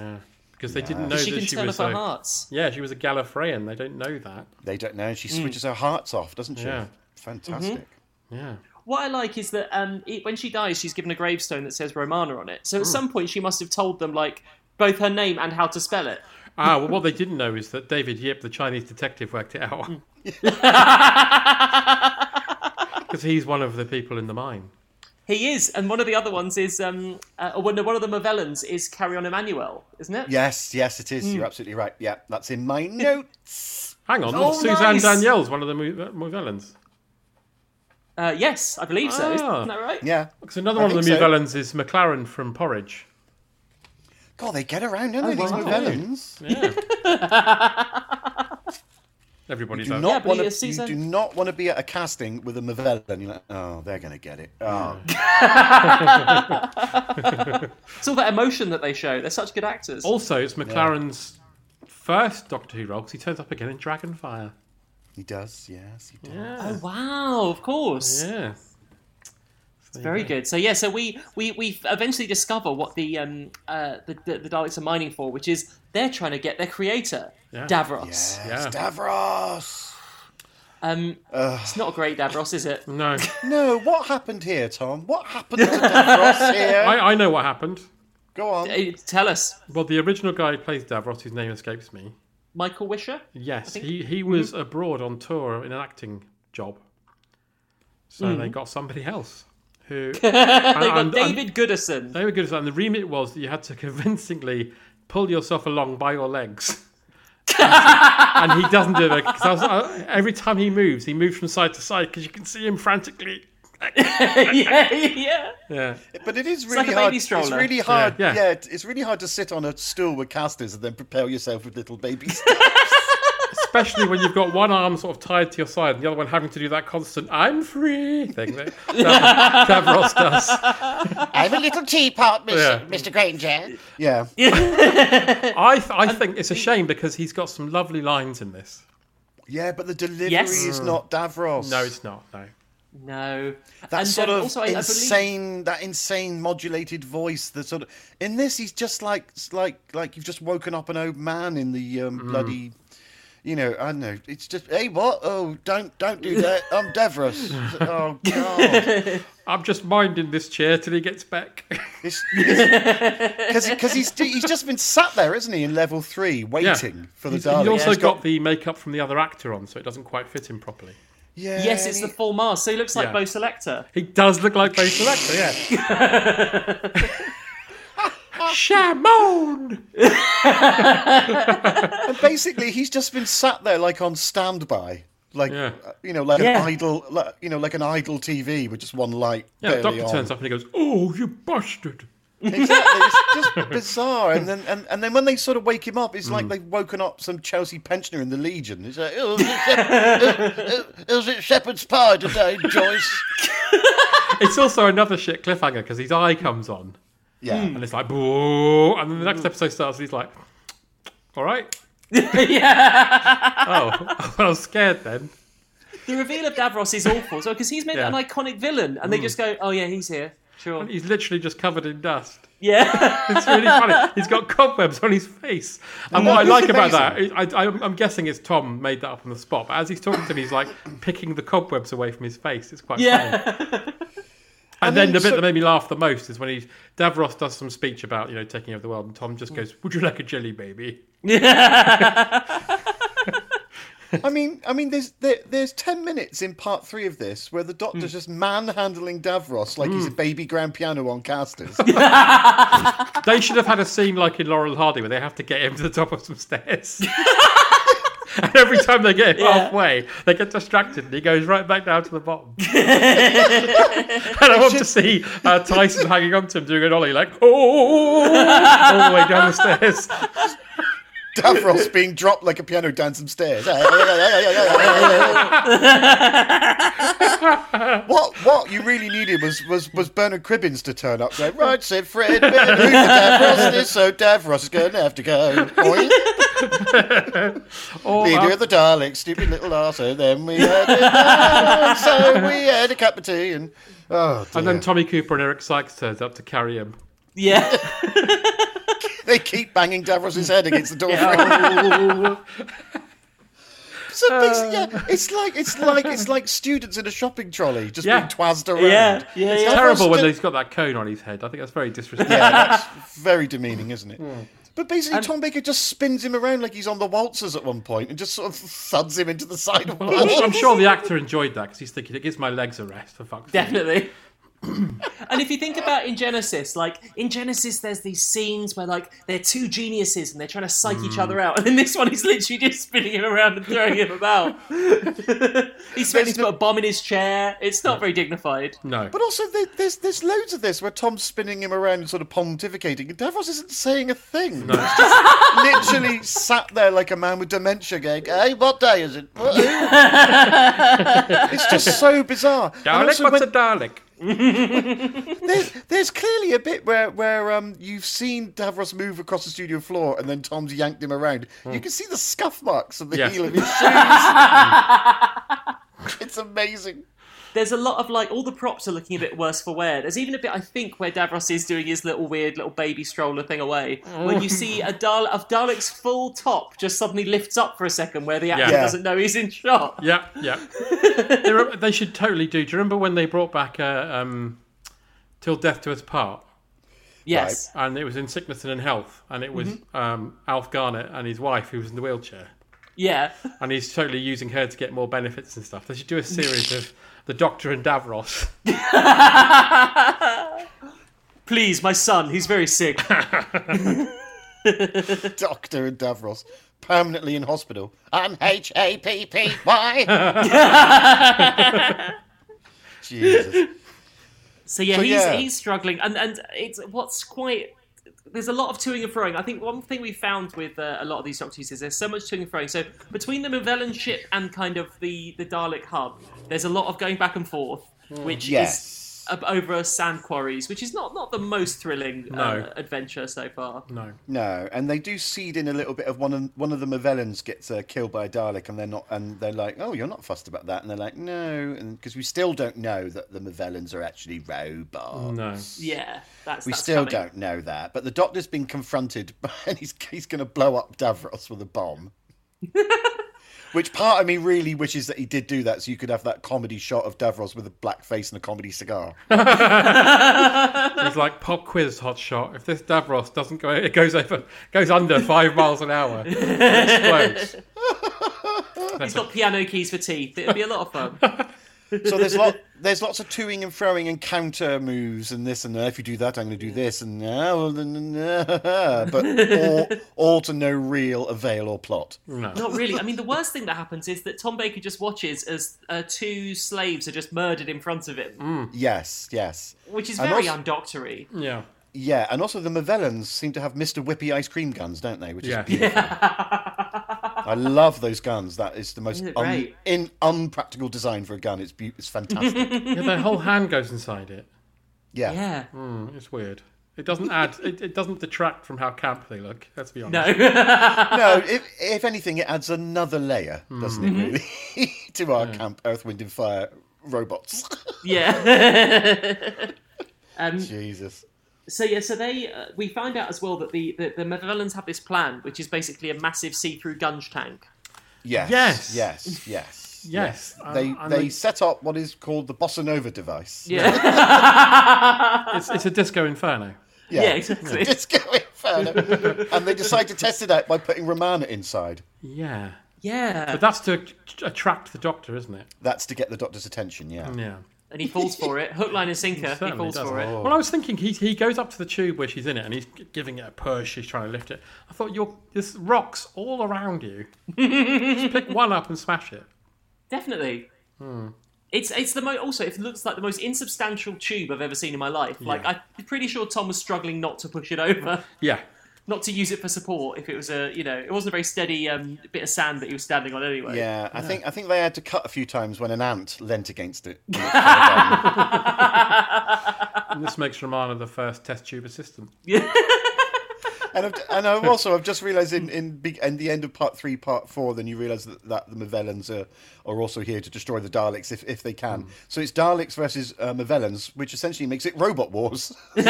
Mm. Yeah, because they Yeah. didn't know She Oh, that can she turn was off her a, hearts. Yeah, she was a Gallifreyan. They don't know that. They don't know. She Mm. switches her hearts off, doesn't she? Yeah. Mm-hmm. Fantastic. Yeah. What I like is that um, it, when she dies, she's given a gravestone that says Romana on it. So Mm. at some point, she must have told them like both her name and how to spell it. <laughs> Ah, well, what they didn't know is that David Yip, the Chinese detective, worked it out. Mm. <laughs> Because he's one of the people in the mine. He is, and one of the other ones is um, uh, one one of the Mavellans is Carrion Emmanuel, isn't it? Yes, yes, it is. Mm. You're absolutely right. Yeah, that's in <laughs> my notes. Hang on, Oh, Suzanne nice. Danielle's one of the Mo- Movellans. <laughs> Uh, yes, I believe so. Ah. Isn't that right? Yeah. Because another I one of the think so. Movellans is McLaren from Porridge. God, they get around, don't Oh, they? These wow. Movellans. Yeah. <laughs> Everybody You do, does. not want to, you do not want to be at a casting with a Mavellan. You're like, oh, they're going to get it. Oh, It's all that emotion that they show. They're such good actors. Also, it's McLaren's first Doctor Who role because he turns up again in Dragonfire. He does, yes, he does. Oh wow! Of course. Yeah. Very good. So yeah, so we we we eventually discover what the um uh the, the, the Daleks are mining for, which is they're trying to get their creator Yeah. Davros. Yeah. Davros. Um, it's not great, Davros, is it? <laughs> No. No, what happened here, Tom? <laughs> What happened to Davros here? I, I know what happened. Go on. Tell us. Well, the original guy who plays Davros, whose name escapes me. Michael Wisher? Yes, think- Mm-hmm. he, he was abroad on tour in an acting job. So they Mhm. got somebody else <laughs> who. they got David Goodison. David Goodison. And the remit was that you had to convincingly pull yourself along by your legs. and he doesn't do it. 'cause I was- I- every time he moves, he moves from side to side because you can see him frantically. <laughs> yeah, yeah. Yeah. But it is It's really like a hard. baby It's stroller. really hard. Yeah. Yeah. Yeah. it- it's really hard to sit on a stool with casters and then propel yourself with <laughs> little babies. It's especially when you've got one arm sort of tied to your side and the other one having to do that constant "I'm free" thing <laughs> that Dav- Davros does. I'm a little teapot, Miss, Yeah. Mr. Granger. yeah. I th- I think it's a shame because he's got some lovely lines in this. Yeah, but the delivery Yes. is not Davros. No, it's not. No. No. that And, sort um, of also, I- I believe- insane, that insane modulated voice. The sort of in this, he's just like it's like like you've just woken up an old man in the Mm. um, bloody, you know, I don't know. It's just hey, what? Oh, don't don't do that. I'm <laughs> Davros. oh God, I'm just minding this chair till he gets back. because he's he's just been sat there, isn't he, in level three, waiting for <laughs> the He's, he's Daleks. also He's got, the makeup from the other actor on, so it doesn't quite fit him properly. yeah, Yes, it's the full Mars, so he looks like Yeah. Bo <laughs> <laughs> Selector. He does look like Basil Lecter, yeah. <laughs> Shamon! And basically, he's just been sat there like on standby, like Yeah. uh, you know, like Yeah. an idle, like, you know, like an idle TV with just one light Yeah, the barely doctor on. turns up and he goes, "Oh, you bastard!" Exactly, it's just <laughs> bizarre. And then and, and then when they sort of wake him up, it's Mm. like they've woken up some Chelsea pensioner in the Legion. It's like, oh, <laughs> is it, Shep- oh, is it shepherd's pie today, Joyce? Hmm. It's also another shit cliffhanger because his eye comes on Yeah, and it's like, "Boo!" and then the Mm. next episode starts and he's like, "All right." yeah. Oh, <laughs> I was scared then. The reveal of Davros is awful as well, because he's made Yeah. an iconic villain, and they just go, oh, yeah, he's here. <laughs> Sure. He's literally just covered in dust. Yeah. <laughs> It's really funny. He's got cobwebs on his face. And what I like about that, I, I, I'm guessing it's Tom made that up on the spot. But as he's talking to me, he's like picking the cobwebs away from his face. It's quite funny. yeah. And then mean, the bit so- that made me laugh the most is when he Davros does some speech about you know taking over the world, and Tom just goes, "Would you like a jelly baby?" I mean, I mean, there's there, there's ten minutes in part three of this where the Doctor's just manhandling Davros like he's a baby grand piano on casters. They should have had a scene like in Laurel and Hardy where they have to get him to the top of some <laughs> stairs. and every time they get him halfway, they get distracted and he goes right back down to the <laughs> bottom. and I want to see uh, Tyson hanging on to him doing an ollie like, oh, all the way down the stairs. Davros being dropped like a piano down some stairs. <laughs> what what you really needed was was was Bernard Cribbins to turn up there. Right, said Fred. Bernard, who's Davros is so Davros is going to have to go. Oink. <laughs> All Leader up. of the Daleks, stupid little arse. And then we had a, so we had a cup of tea and oh dear. and then Tommy Cooper and Eric Sykes turns up to carry him. <laughs> Yeah. they keep banging Davros's head against the door frame. <laughs> So Uh. basically, yeah, it's like it's like it's like students in a shopping trolley just Yeah. being twazzed around. Yeah. Yeah. It's yeah. Terrible when Just- he's got that cone on his head. I think that's very disrespectful. <laughs> Yeah, that's very demeaning, isn't it? Hmm. But basically, Tom Baker just spins him around like he's on the waltzers at one point, and just sort of thuds him into the <laughs> side of the Well, I'm, I'm wall. sure the actor enjoyed that because he's thinking it gives my legs a rest for fuck's sake. Definitely. and if you think about in Genesis, like in Genesis, there's these scenes where like they're two geniuses and they're trying to psych each other out, and in this one, he's literally just spinning him around and throwing him about. <laughs> he's spinning, he's got a bomb in his chair. It's not very dignified. No. But also, there, there's there's loads of this where Tom's spinning him around and sort of pontificating, and Davros isn't saying a thing. <laughs> He's just literally sat there like a man with dementia, going, "Hey, what day is it?" What- it's just so bizarre. And Dalek, also what's when- a Dalek? there's, there's clearly a bit where where um you've seen Davros move across the studio floor and then Tom's yanked him around. Hmm. You can see <laughs> the scuff marks on the Yeah. heel of his shoes. it's amazing. There's a lot of like all the props are looking a bit worse for wear. There's even a bit I think where Davros is doing his little weird little baby stroller thing away, when you see a Dal- of Dalek's full top just suddenly lifts up for a second where the actor Yeah. doesn't know he's in shot. Yeah, yeah. they, re- they should totally do. Do you remember when they brought back uh, um, "Till Death Do Us Part"? Yes. and it was in sickness and in health, and it was Mhm. um, Alf Garnett and his wife who was in the wheelchair, Yeah. and he's totally using her to get more benefits and stuff. They should do a series of the Doctor and Davros. <laughs> Please, my son, he's very sick. Doctor and Davros permanently in hospital. I'm H A P P Y. Jesus. So yeah, So, he's, yeah. he's struggling, and and it's what's quite. There's a lot of toing and froing. I think one thing we found with uh, a lot of these Doctors is there's so much toing and froing. So between the Mavellan ship and kind of the the Dalek hub, there's a lot of going back and forth, Hmm. Mm. which Yes. is ab- over sand quarries, which is not not the most thrilling No. uh, adventure so far. No. No, and they do seed in a little bit of one of one of the Mavellans gets uh, killed by a Dalek, and they're not, and they're like, "Oh, you're not fussed about that," and they're like, "No," and because we still don't know that the Mavellans are actually robots. Yeah, that's we that's still coming. don't know that. But the Doctor's been confronted, <laughs> by- and he's he's going to blow up Davros with a bomb. Which part of me really wishes that he did do that, so you could have that comedy shot of Davros with a black face and a comedy cigar. <laughs> He's like pop quiz hot shot. If this Davros doesn't go, it goes over, goes under five miles an hour. It explodes. He's got piano keys for teeth. It'd be a lot of fun. so there's lot there's lots of toing and froing and counter moves and this and that. If you do that, I'm going to do this and now, well, then, then, uh, <laughs> but all, all to no real avail or plot. No. Not really. I mean, the worst thing that happens is that Tom Baker just watches as uh, two slaves are just murdered in front of him, Yes, yes. which is And very also- undoctory. Yeah. Yeah, and also the Mavellans seem to have Mr. Whippy ice cream guns, don't they? Which Yeah. is beautiful. I love those guns. That is the most Isn't it un- great? in unpractical design for a gun. It's be- it's <laughs> fantastic. yeah, their whole hand goes inside it. Yeah. Yeah. Mm, it's weird. It doesn't add. It, it doesn't detract from how camp they look. Let's be honest. Mm. no. If, if anything, it adds another layer, doesn't Mm. it? Really, <laughs> to our camp, Earth, Wind, and Fire robots. <laughs> <laughs> Yeah. Mm. um, <laughs> Jesus. so yeah, so they uh, we find out as well that the the, the Mavellans have this plan, which is basically a massive see-through gun tank. Yes. Yes. Yes. Yes. Yes. Um, They and they the- set up what is called the bossa nova device. it's, it's a disco inferno. <laughs> Yeah. <laughs> Disco <laughs> inferno. and they decide to test it out by putting Romana inside. Yeah. <laughs> Yeah. But that's to att- attract the doctor, isn't it? That's to get the doctor's attention. Yeah. Yeah. And he falls for it, hook, line, and sinker. He, certainly falls does. for it. Well, I was thinking he he goes up to the tube where she's in it and he's g- giving it a push. He's trying to lift it. I thought you're there's rocks all <laughs> around you. Just pick one up and smash it. Definitely. Hmm. It's it's the mo- also it looks like the most insubstantial tube I've ever seen in my life. Like I'm pretty sure Tom was struggling not to push it over, <laughs> Yeah. not to use it for support. If it was a you know it wasn't a very steady um, bit of sand that he was standing on anyway. <laughs> Yeah, I think I think they had to cut a few times when an ant leant against it. And this makes Romana the first test tube assistant. and I've, and I've also I've just realised in in, big, in the end of part three, part four, then you realise that, that the Mavellans are are also here to destroy the Daleks if if they Hmm. can. So it's Daleks versus uh, Mavellans, which essentially makes it robot wars. <laughs> is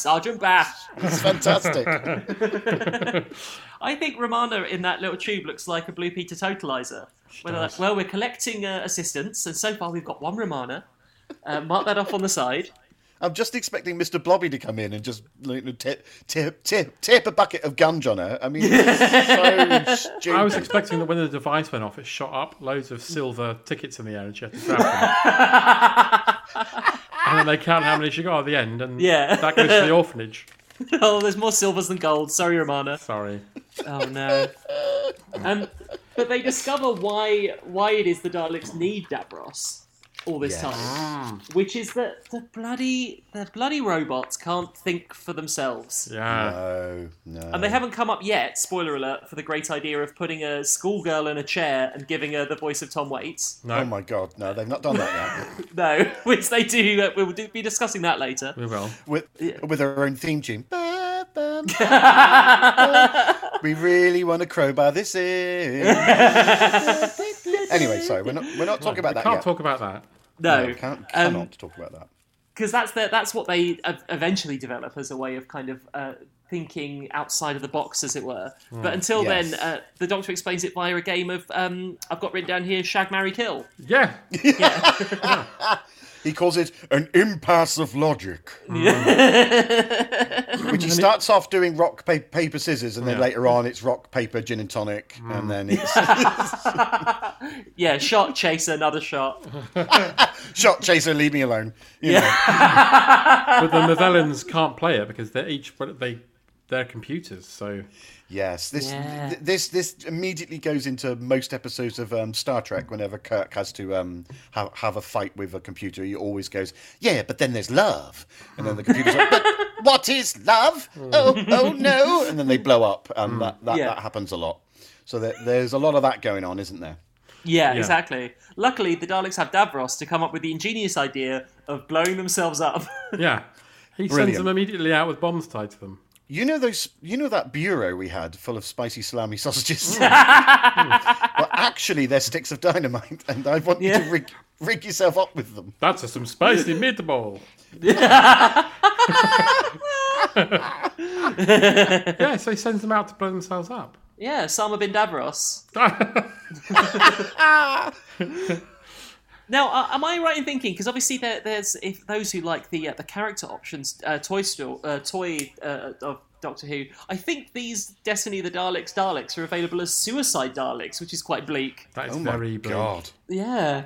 Sergeant Bash? It's <laughs> fantastic. I think Romana in that little tube looks like a Blue Peter totalizer. Where they're like, well, we're collecting uh, assistants, and so far we've got one Romana. Uh, mark that off on the side. <laughs> I'm just expecting Mr. Blobby to come in and just like, tip, tip, tip, tip a bucket of gunge on her. I mean, it's so <laughs> stupid. I was expecting that when the device went off, it shot up loads of silver tickets in the air and she had to grab them. and then they count how many she got at the end, and Yeah. that goes to the orphanage. oh, there's more silvers than gold. Sorry, Romana. Sorry. Oh no. um, but they discover why why it is the Daleks need Davros all this Yes. time, which is that the bloody the bloody robots can't think for themselves. No, no. And they haven't come up yet, spoiler alert, for the great idea of putting a schoolgirl in a chair and giving her the voice of Tom Waits. Oh my god, no, they've not done that yet. No, <laughs> which they do. Uh, we'll do, be discussing that later. We will. with with her own theme tune. <laughs> we really want to crowbar this in. Anyway, sorry, we're not we're not talking about we that can't yet. talk about that. No. no can't, Um, cannot talk about that. because that's the, that's what they ev- eventually develop as a way of kind of uh, thinking outside of the box, as it were. Hmm. But until Yes. then, uh, the Doctor explains it via a game of um, I've got written down here shag, marry, kill. <laughs> Yeah. He calls it an impasse of logic. Which And he it- starts off doing rock, paper, paper scissors, and then Yeah. Mm. later on it's rock, paper, gin and tonic, and then it's <laughs> Yeah, shot, <laughs> chaser, another shot. shot chaser, leave me alone. You know. But the Mavellans can't play it because they're each but they they're computers. So Yes, this Yeah. th- this this immediately goes into most episodes of um, Star Trek. Whenever Kirk has to um, ha- have a fight with a computer, he always goes, "Yeah, but then there's love," and then the computer's like, "But what is love? Oh, oh no!" And then they blow up. Um, that that, Yeah. that happens a lot. So there, there's a lot of that going on, isn't there? Yeah, Yeah. exactly. Luckily, the Daleks have Davros to come up with the ingenious idea of blowing themselves up. <laughs> yeah, he Brilliant. sends them immediately out with bombs tied to them. You know those. You know that bureau we had full of spicy salami <laughs> sausages. well, actually, they're sticks of dynamite, and I want you to rig, rig yourself up with them. That's a, some <laughs> spicy meatball. <laughs> yeah, so he sends them out to blow themselves up. yeah, Sama bin <laughs> Davros. Now, uh, am I right in thinking? Because obviously, there, there's if those who like the uh, the character options uh, toy store uh, toy uh, of Doctor Who. I think these Destiny of the Daleks Daleks are available as Suicide Daleks, which is quite bleak. That Oh is very bleak. Yeah.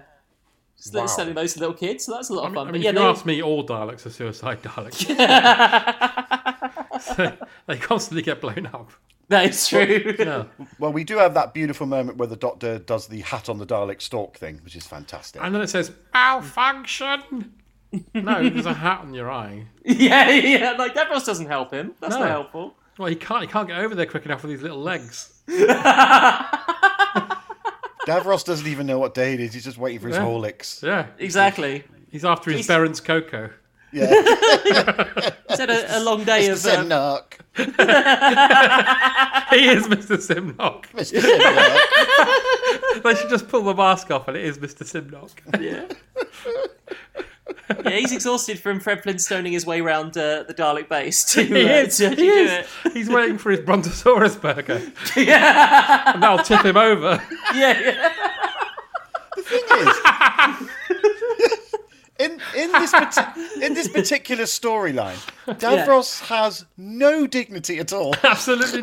So Wow. they're selling those to little kids, so that's a lot of I fun. Um, mean, but if yeah, you they- ask me, all Daleks are <laughs> suicide Daleks. So <laughs> they constantly get blown up. That is true. Well, we do have that beautiful moment where the Doctor does the hat on the Dalek stalk thing, which is fantastic. And then it says malfunction. No, there's a hat on your eye. <laughs> yeah, yeah. Like Davros doesn't help him. That's No. not helpful. Well, he can't. He can't get over there quick enough with his little legs. Davros doesn't even know what day it is. He's just waiting for his Yeah. Horlicks. Yeah, <laughs> exactly. He's after his He's- Baron's cocoa. Is that a, a long day of? Mr. Um, Simnock. He is Mr. Simnock. Mr. <laughs> Simnock. They should just pull the mask off, and it is Mr. Simnock. yeah. yeah, he's exhausted from Fred Flintstoning his way round uh, the Dalek base <laughs> to, He uh, is. to actually He do is. <laughs> He's waiting for his Brontosaurus burger, it. <laughs> yeah, and that'll tip him over. <laughs> yeah, yeah. <laughs> In in this parti- in this particular storyline, Davros has no dignity at all. Absolutely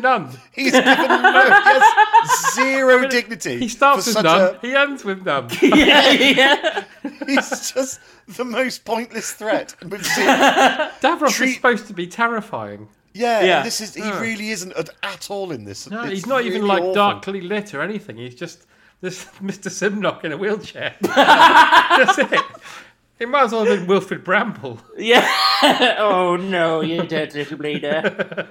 <laughs> none. He's given no, he has zero dignity. <laughs> He starts for with such none. He ends with none. yeah, yeah. A, <laughs> he's just the most pointless <laughs> threat we've seen. Davros Treat- is supposed to be terrifying. Yeah, Yeah. this is he Yeah. Hmm. really isn't at, at all in this. No, It's he's not even really like awful. darkly lit or anything. He's just this <laughs> Mr. Simnock in a wheelchair. <laughs> That's it. It might as well have been Wilfred Bramble. yeah. oh no, you dead little bleeder.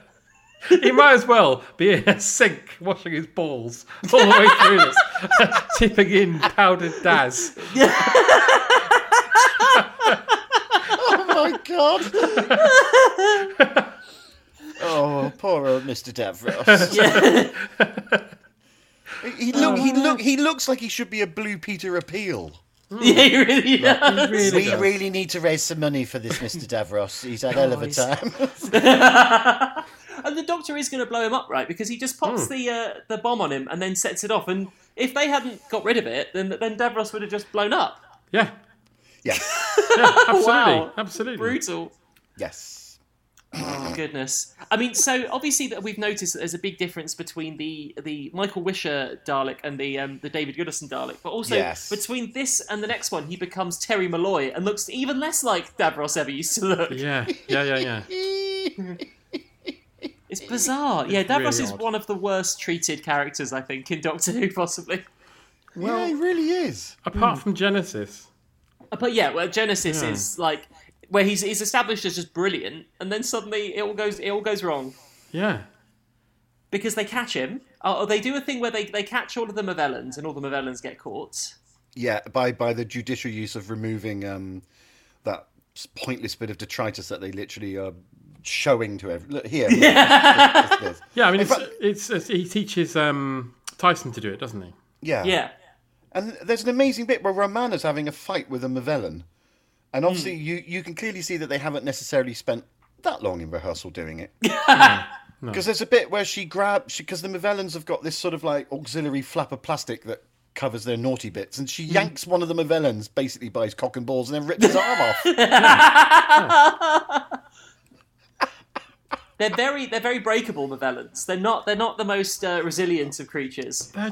He might as well be in a sink washing his balls all the way through this, <laughs> tipping in powdered daz. Oh my god. <laughs> oh, poor old Mr. Davros. <laughs> <laughs> Yeah. He look, Oh, he look, he looks like he should be a Blue Peter appeal. yeah, he really <laughs> He does. really We does. really need to raise some money <laughs> for this, Mr. Davros. He's had a hell of a Guys. time. <laughs> And the Doctor is going to blow him up, right? Because he just Hmm. pops the uh, the bomb on him and then sets it off. And if they hadn't got rid of it, then then Davros would have just blown up. Yeah, yes, yeah, absolutely, Wow. absolutely. Brutal. yes. Oh goodness! I mean, so obviously that we've noticed that there's a big difference between the the Michael Wisher Dalek and the um, the David Goodison Dalek, but also Yes. between this and the next one, he becomes Terry Malloy and looks even less like Davros ever used to look. Yeah, yeah, yeah, yeah. It's bizarre. yeah, Davros really is odd. one of the worst treated characters I think in Doctor Who, possibly. yeah, he really is. Apart from Genesis, But yeah, well, Genesis Yeah. is like where he's he's established as just brilliant, and then suddenly it all goes it all goes wrong. yeah, because they catch him. Oh, oh, they do a thing where they, they catch all of the Mavellans and all the Mavellans get caught. Yeah, by by the judicial use of removing um, that pointless bit of detritus that they literally are showing to everyone. Look here. <laughs> Yeah. yeah. I mean, In it's, fact- it's, it's he teaches um, Tyson to do it, doesn't he? yeah. Yeah. And there's an amazing bit where Romana's having a fight with a Mavellan. Hmm. And obviously, you, you can clearly see that they haven't necessarily spent that long in rehearsal doing it. <laughs> No. Because there's a bit where she grabs, because the Mavellans have got this sort of like auxiliary flap of plastic that covers their naughty bits, and she Hmm. yanks one of the Mavellans basically by his cock and balls and then rips his arm off. They're very they're very breakable Mavellans. They're not they're not the most uh, resilient of creatures. They're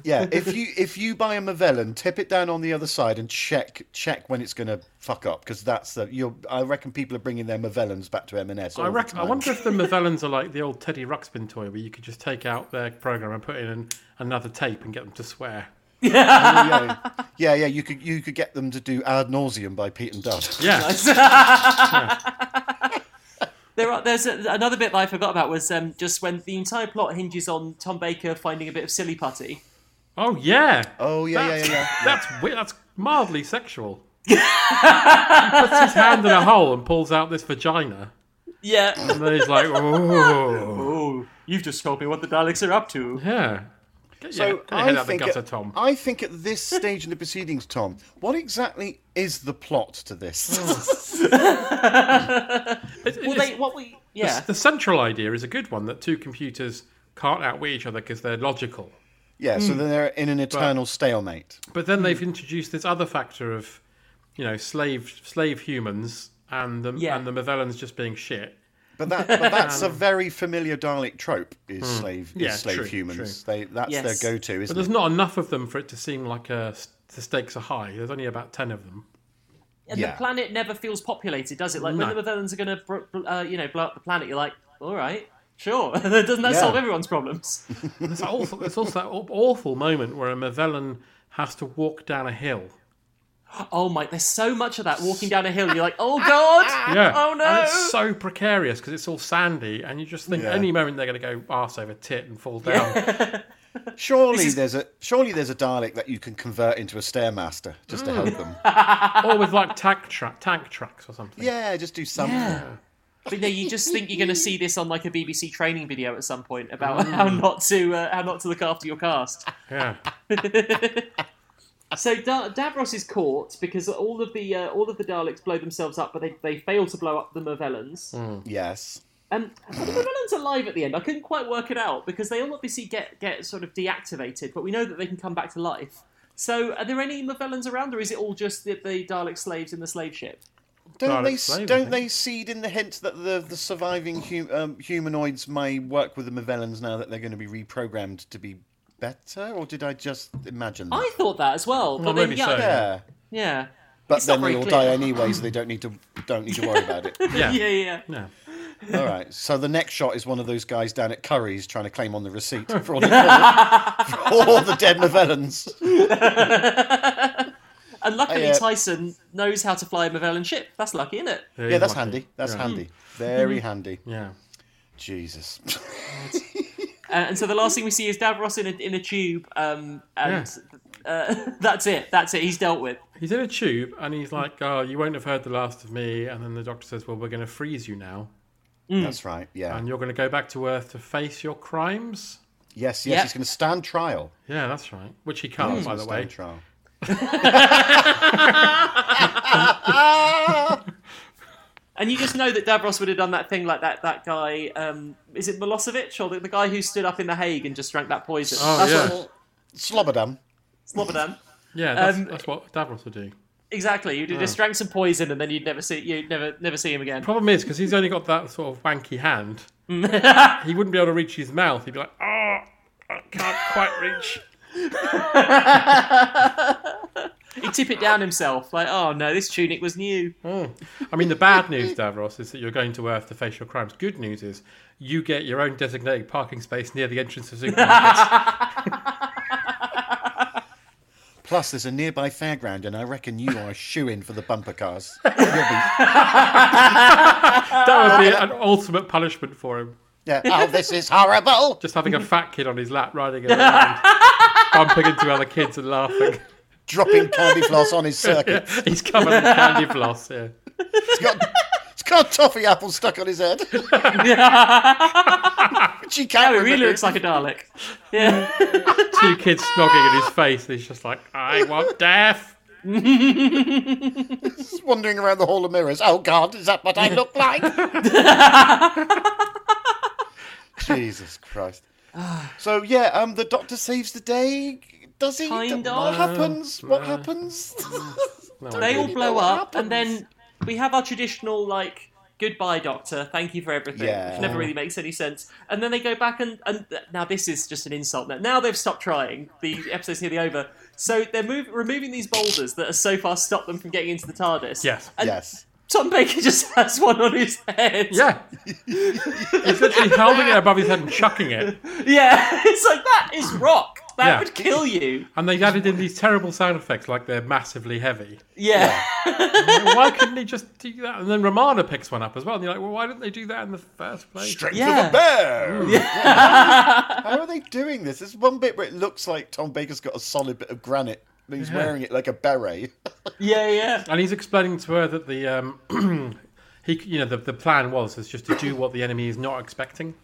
<laughs> yeah, if you if you buy a Mavellan, tip it down on the other side and check check when it's going to fuck up because that's the you. I reckon people are bringing their Mavellans back to M&S. all I the reckon. I time. wonder if <laughs> the Mavellans are like the old Teddy Ruxpin toy, where you could just take out their program and put in an, another tape and get them to <laughs> swear. yeah, yeah, yeah. You could you could get them to do ad nauseum by Pete and Dud. <laughs> Yeah. There are, there's a, another bit that I forgot about was um, just when the entire plot hinges on Tom Baker finding a bit of silly putty. Oh yeah. Oh yeah, yeah, yeah, yeah. That's we- that's mildly sexual. <laughs> he puts his hand in a hole and pulls out this vagina, Yeah. and then he's like, <laughs> "Oh, oh, <laughs> you've just told me what the Daleks are up to. yeah." Get your, So get your head I out the think, gutter, at, Tom. I think at this stage in the proceedings, Tom, what exactly is the plot to Hmm. this? It- it <laughs> Well, is- they what we the s- <laughs> yeah. The central idea is a good one that two computers can't outwit each other because they're logical. <laughs> yeah, so then they're in an eternal stalemate. But then Hmm. they've introduced this other factor of, you know, slave slave humans and the Yeah. and the Mavellans just being shit. But that but <laughs> that's a very familiar Dalek trope. Is slave Hmm. Yeah, is slave true, humans? They that's Yes. their go-to, But isn't there's it? not enough of them for it to seem like uh s the stakes are high. There's only about ten of them. and yeah. the planet never feels populated, does it? Like when No. the Mavellans are going to br- br- uh, you know blow up the planet, you're like, all right, sure. <laughs> Doesn't that Yeah. solve everyone's problems? <laughs> There's that awful, there's also that aw- awful moment where a Mavellan has to walk down a hill. Oh my, there's so much of that walking down a hill. You're like, oh <laughs> god, Yeah. oh And no. it's so precarious because it's all sandy, and you just think Yeah. any moment they're going to go arse over tit and fall down. Surely there's a surely there's a Dalek that you can convert into a stairmaster just Hmm. to help <laughs> them. or Oh, with like tank tra- tank tracks or something. Yeah, just do something. But no, you just think you're going to see this on like a BBC training video at some point about how not to uh, how not to look after your cast. Yeah. So da- Davros is caught because all of the uh, all of the Daleks blow themselves up, but they, they fail to blow up the Mervellans. Yes. Um, are the Mervellans alive at the end? I couldn't quite work it out because they all obviously get get sort of deactivated, but we know that they can come back to life. So are there any Mervellans around, or is it all just the, the Dalek slaves in the slave ship? Don't Dalek they slave, I don't eh? think. they seed in the hint that the the surviving hum, um, humanoids may work with the Mavellans now that they're going to be reprogrammed to be better? Or did I just imagine that? I thought that as well, Well, but then maybe yeah, so. yeah. yeah, But It's not then they very all clear. die anyway, so they don't need to don't need to worry <laughs> about it. Yeah. yeah, yeah. No. All right. So the next shot is one of those guys down at Curry's trying to claim on <laughs> the receipt for all, the, for all the dead Mavellans. And luckily, I, uh, Tyson knows how to fly a Magellan ship. That's lucky, isn't it? Uh, There Yeah, you that's like it. handy. That's Yeah. Hmm. handy. Very handy. Yeah. Jesus. Uh, and so the last thing we see is Davros in a, in a tube, um, and uh, <laughs> that's it. That's it. He's dealt with. He's in a tube and he's like, "Oh, you won't have heard the last of me." And then the doctor says, "Well, we're going to freeze you now, <laughs> That's right. Yeah. Hmm. and you're going to go back to Earth to face your crimes." Yes, yes, Yeah. he's going to stand trial. Yeah, that's right. Which he can't, Hmm. by the Stand way. trial. And you just know that Davros would have done that thing like that. That guy, um, is it Milosevic or the, the guy who stood up in the Hague and just drank that poison? Oh, that's yeah. what Slobberdam. Slobodan. Yeah, that's, Um, that's what Davros would do. Exactly. You just drank some poison, and then you'd never see you'd never never see him again. Problem is, because he's only got that sort of wanky hand, he wouldn't be able to reach his mouth. He'd be like, "Oh, I can't quite reach." He'd tip it down himself, like, "Oh no, this tunic was new." I mean, the <laughs> bad news, Davros, is that you're going to Earth to face your crimes. Good news is you get your own designated parking space near the entrance of supermarkets. <laughs> Plus, there's a nearby fairground, and I reckon you are a shoe in for the <laughs> bumper cars. You'll be, that would be an ultimate punishment for him. yeah. Oh, this is horrible. Just having a fat kid on his lap riding <laughs> it around, bumping into other kids and laughing. Dropping candy floss on his circuit. He's covered in candy floss, yeah. <laughs> <laughs> It's got, it's got a toffee apple stuck on his head. she can't. No, he really looks like a Dalek. Yeah. Two kids snogging in his face, and he's just like, I want death. Just wandering around the hall of mirrors. Oh God, is that what I <laughs> look like? Jesus Christ. Ah. So yeah, um, the Doctor saves the day. Does he? Kind what of. Uh, happens? What happens? they all really know blow what up, and then we have our traditional like goodbye, Doctor, thank you for everything, Yeah. which never really makes any sense. And then they go back and and now this is just an insult. Now, now they've stopped trying. The episode's nearly over. So they're move, removing these boulders that have so far stopped them from getting into the TARDIS. Yes. And yes. Tom Baker <laughs> just has one on his head. Yeah. He's literally holding it above his head and chucking it. Yeah. <laughs> It's like that is rock. That Yeah. would kill you. And they added in these terrible sound effects, like they're massively heavy. Yeah. why couldn't they just do that? And then Romana picks one up as well. And you're like, well, why didn't they do that in the first place? Straight to Yeah. the bear. <laughs> How are they doing this? There's one bit where it looks like Tom Baker's got a solid bit of granite. and He's Yeah. wearing it like a beret. Yeah. Yeah. And he's explaining to her that the um, <clears throat> he, you know, the, the plan was is just to do what the enemy is not expecting.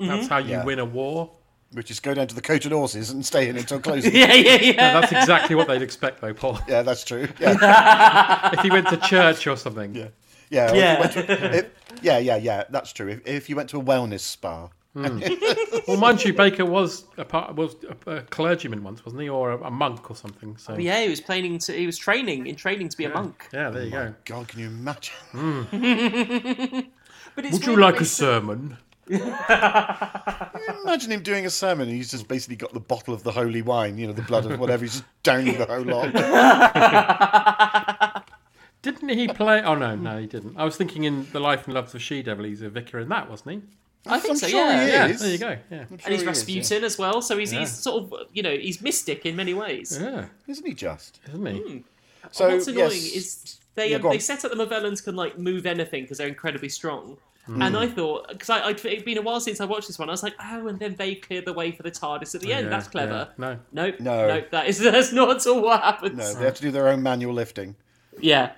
That's how you Yeah. win a war. Which is go down to the coach and horses and stay in until closing. <laughs> Yeah. Yeah. Yeah. No, that's exactly what they'd expect, though, Paul. Yeah, that's true. Yeah, If he went to church or something. Yeah. yeah, if you Yeah. went <laughs> to- if- yeah, yeah, yeah. That's true. If, if you went to a wellness spa, Well, mind you, Baker was a part, was a, a clergyman once, wasn't he, or a, a monk or something? So Yeah, he was planning to. He was training in training to be a monk. yeah, there you go. God, can you imagine? But it's Would you weird like that a they- sermon? Imagine him doing a sermon and he's just basically got the bottle of the holy wine, you know, the blood of whatever. He's just downing the whole lot. Didn't he play? Oh no, no, he didn't. I was thinking in the Life and Loves of She Devil, he's a vicar in that, wasn't he? <laughs> I think I'm so. sure yeah. he Yeah, is. there you go. Yeah, and he's Sure Oh, he is, Rasputin as well. So he's, he's sort of you know he's mystic in many ways. yeah, Isn't he just? isn't he? Hmm. So What's annoying Oh, yes, is they Yeah, um, go on. they set up the Movellans can like move anything because they're incredibly strong. Hmm. And I thought because I I'd, it'd been a while since I watched this one, I was like, oh, and then they cleared the way for the TARDIS at the end. Yeah, That's clever. yeah. No. Nope, Oh, No. nope, that is <laughs> that's not at all what happens. no, they have to do their own manual lifting. Yeah,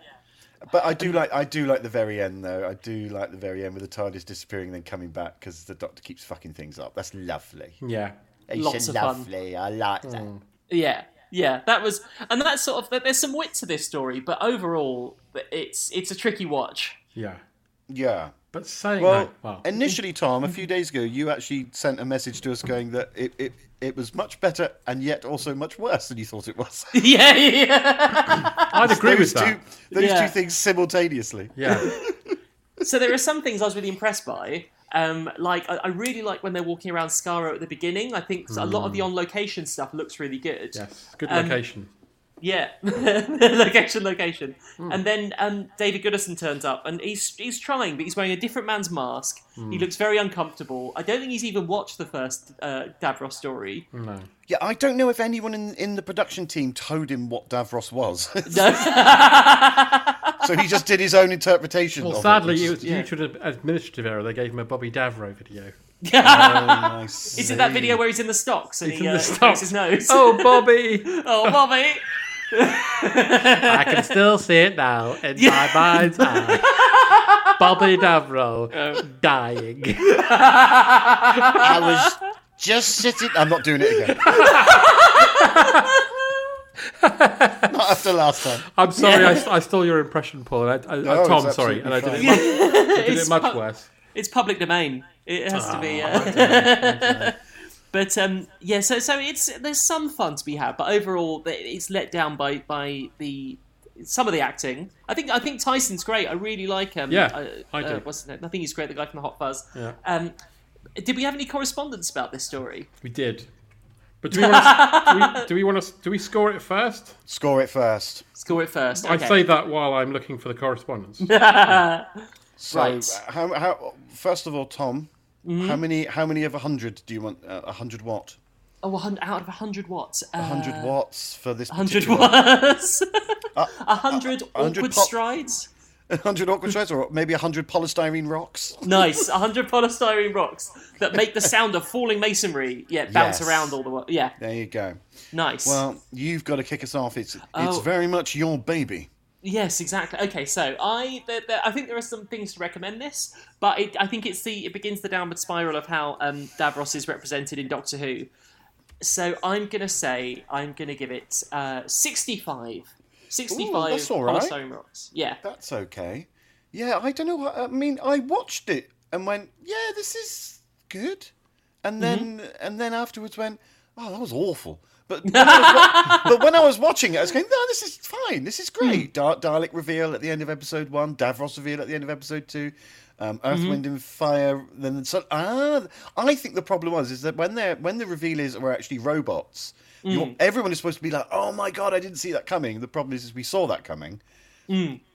But I do like I do like the very end though. I do like the very end with the TARDIS disappearing and then coming back because the Doctor keeps fucking things up. That's lovely. Yeah. It's Lots of fun. Mm. lovely. I like that. yeah, yeah. That was and that sort of there's some wit to this story, but overall it's it's a tricky watch. <laughs> Yeah. Yeah. But saying Well, that, well, initially, Tom, a few days ago, you actually sent a message to us going that it, it, it was much better and yet also much worse than you thought it <laughs> was. yeah, yeah. I'd agree those with two, that. Those Yeah. two things simultaneously. Yeah. <laughs> so there are some things I was really impressed by. Um, like I, I really like when they're walking around Skaro at the beginning. I think a lot of Hmm. the on location stuff looks really good. Yes. Good Um, location. Yeah, <laughs> location, location. Hmm. And then um, David Goodison turns up, and he's he's trying, but he's wearing a different man's mask. Hmm. He looks very uncomfortable. I don't think he's even watched the first uh, Davros story. No. Yeah, I don't know if anyone in, in the production team told him what Davros <laughs> was. <laughs> so he just did his own interpretation. Well, of sadly, it it was due to an administrative error. They gave him a Bobby Davro video. Is it that video where he's in the stocks and He's he in uh, the pokes stocks. his nose? <laughs> Oh, Bobby! <laughs> oh Bobby! I can still see it now in my mind's eye. <laughs> Bobby Davro dying. I was <laughs> just sitting. I'm not <laughs> doing it again. not after last time. I'm sorry, I, I stole your impression, Paul. And I, I, No, it's Uh, Tom, sorry, absolutely and I did it fine. much, I did It's it much pu- worse. It's public domain. It has to Ah, be. Uh... <laughs> But um, yeah, so so it's there's some fun to be had, but overall th- it's let down by by the some of the acting. I think I think Tyson's great. I really like him. Yeah, uh, I do. Uh, what's his name? I think he's great. The guy from the Hot Fuzz. Yeah. Um, did we have any correspondence about this story? We did. But do we want to? do we want to? Do we score it first? Score it first. Score it first. I okay. say that while I'm looking for the correspondence. So, Right. Mm-hmm. uh, how, how, first of all, Tom, how many how many of hundred do you want? uh, A hundred watt. Oh, 100, out of hundred watts. Uh, Hundred watts for <laughs> this. Hundred particular- <laughs> watts. <laughs> A hundred Uh, hundred awkward pop- strides. 100 awkward strides or maybe 100 polystyrene rocks. Nice, 100 polystyrene rocks that make the sound of falling masonry. Yeah, bounce Yes. around all the way. Yeah, There you go. nice. Well, you've got to kick us off. It's Oh. it's very much your baby. Yes, exactly. Okay, so I there, there, I think there are some things to recommend this, but it, I think it's the it begins the downward spiral of how um, Davros is represented in Doctor Who. So I'm gonna say I'm gonna give it uh, 65. 65 Ooh, that's all right. Polystyrene rocks. Yeah. <laughs> That's okay. Yeah, I don't know. what- I mean, I watched it and went, "Yeah, this is good," and then and then afterwards went, "Oh, that was awful." But when I was, wa- but when I was watching it, I was going, "No, this is fine. This is great." Da- Dalek reveal at the end of episode one, Davros reveal at the end of episode two, um, Earth, Mhm. Wind, and Fire. Then so, ah, I think the problem was is that when they are when the reveal is that we're actually robots, you- Mm. everyone is supposed to be like, "Oh my god, I didn't see that coming." The problem is, is we saw that coming.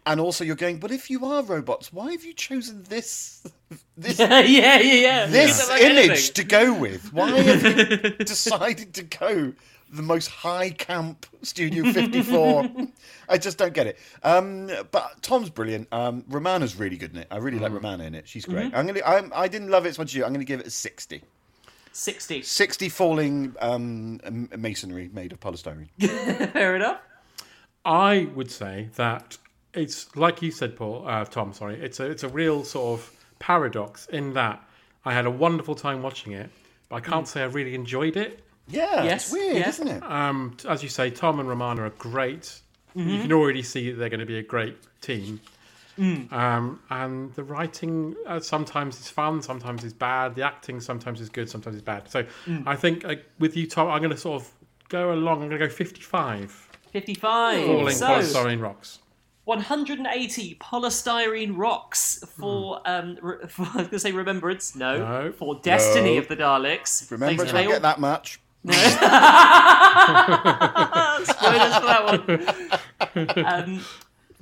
And also, you're going, but if you are robots, why have you chosen this? <laughs> this Yeah, yeah, yeah. This Doesn't look like image anything. to go with. Why have <laughs> you decided to go the most high camp Studio <laughs> 54? I just don't get it. Um, but Tom's brilliant. Um, Romana's really good in it. I really Mm. like Romana in it. She's great. Mhm. I'm gonna. I'm, I didn't love it as much as you. I'm gonna give it a 60. 60. 60 falling um, m- masonry made of polystyrene. Fair enough. I would say that it's like you said, Paul, uh, Tom. Sorry, it's a it's a real sort of paradox in that I had a wonderful time watching it, but I can't say I really enjoyed it. Yeah, Yes, it's weird, yeah. Ah, isn't it? Um, t- as you say, Tom and Romana are great. You Mhm. can already see that they're going to be a great team. Mm. Um, and the writing uh, sometimes is fun, sometimes is bad. The acting sometimes is good, sometimes is bad. So Mm. I think uh, with you, Tom, I'm going to sort of go along. I'm going to go 55 55. falling so, polystyrene rocks. 180 polystyrene rocks for um re- <laughs> for, I was gonna say remembrance no, Hmm. No. for destiny No. of the Daleks Remember, They- I they don't all- get that much. Spoilers for <laughs> that one. Um,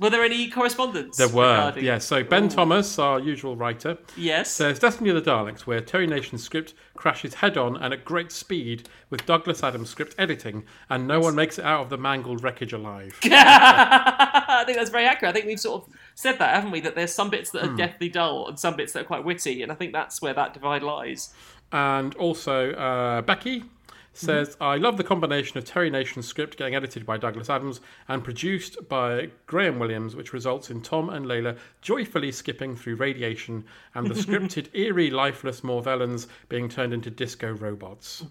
were there any correspondence? There were, regarding- yeah. So Ben Thomas, our usual writer, Yes. <laughs> says Destiny of the Daleks, where Terry Nation's script crashes head-on and at great speed with Douglas Adams' script editing, and no one makes it out of the mangled wreckage alive. I think that's very accurate. I think we've sort of said that, haven't we? That there's some bits that are Hmm. deathly dull and some bits that are quite witty, and I think that's where that divide lies. <laughs> And also, uh, Becky says, I love the combination of Terry Nation's script getting edited by Douglas Adams and produced by Graham Williams, which results in Tom and Layla joyfully skipping through radiation and the scripted, eerie, lifeless Morvellans being turned into disco robots.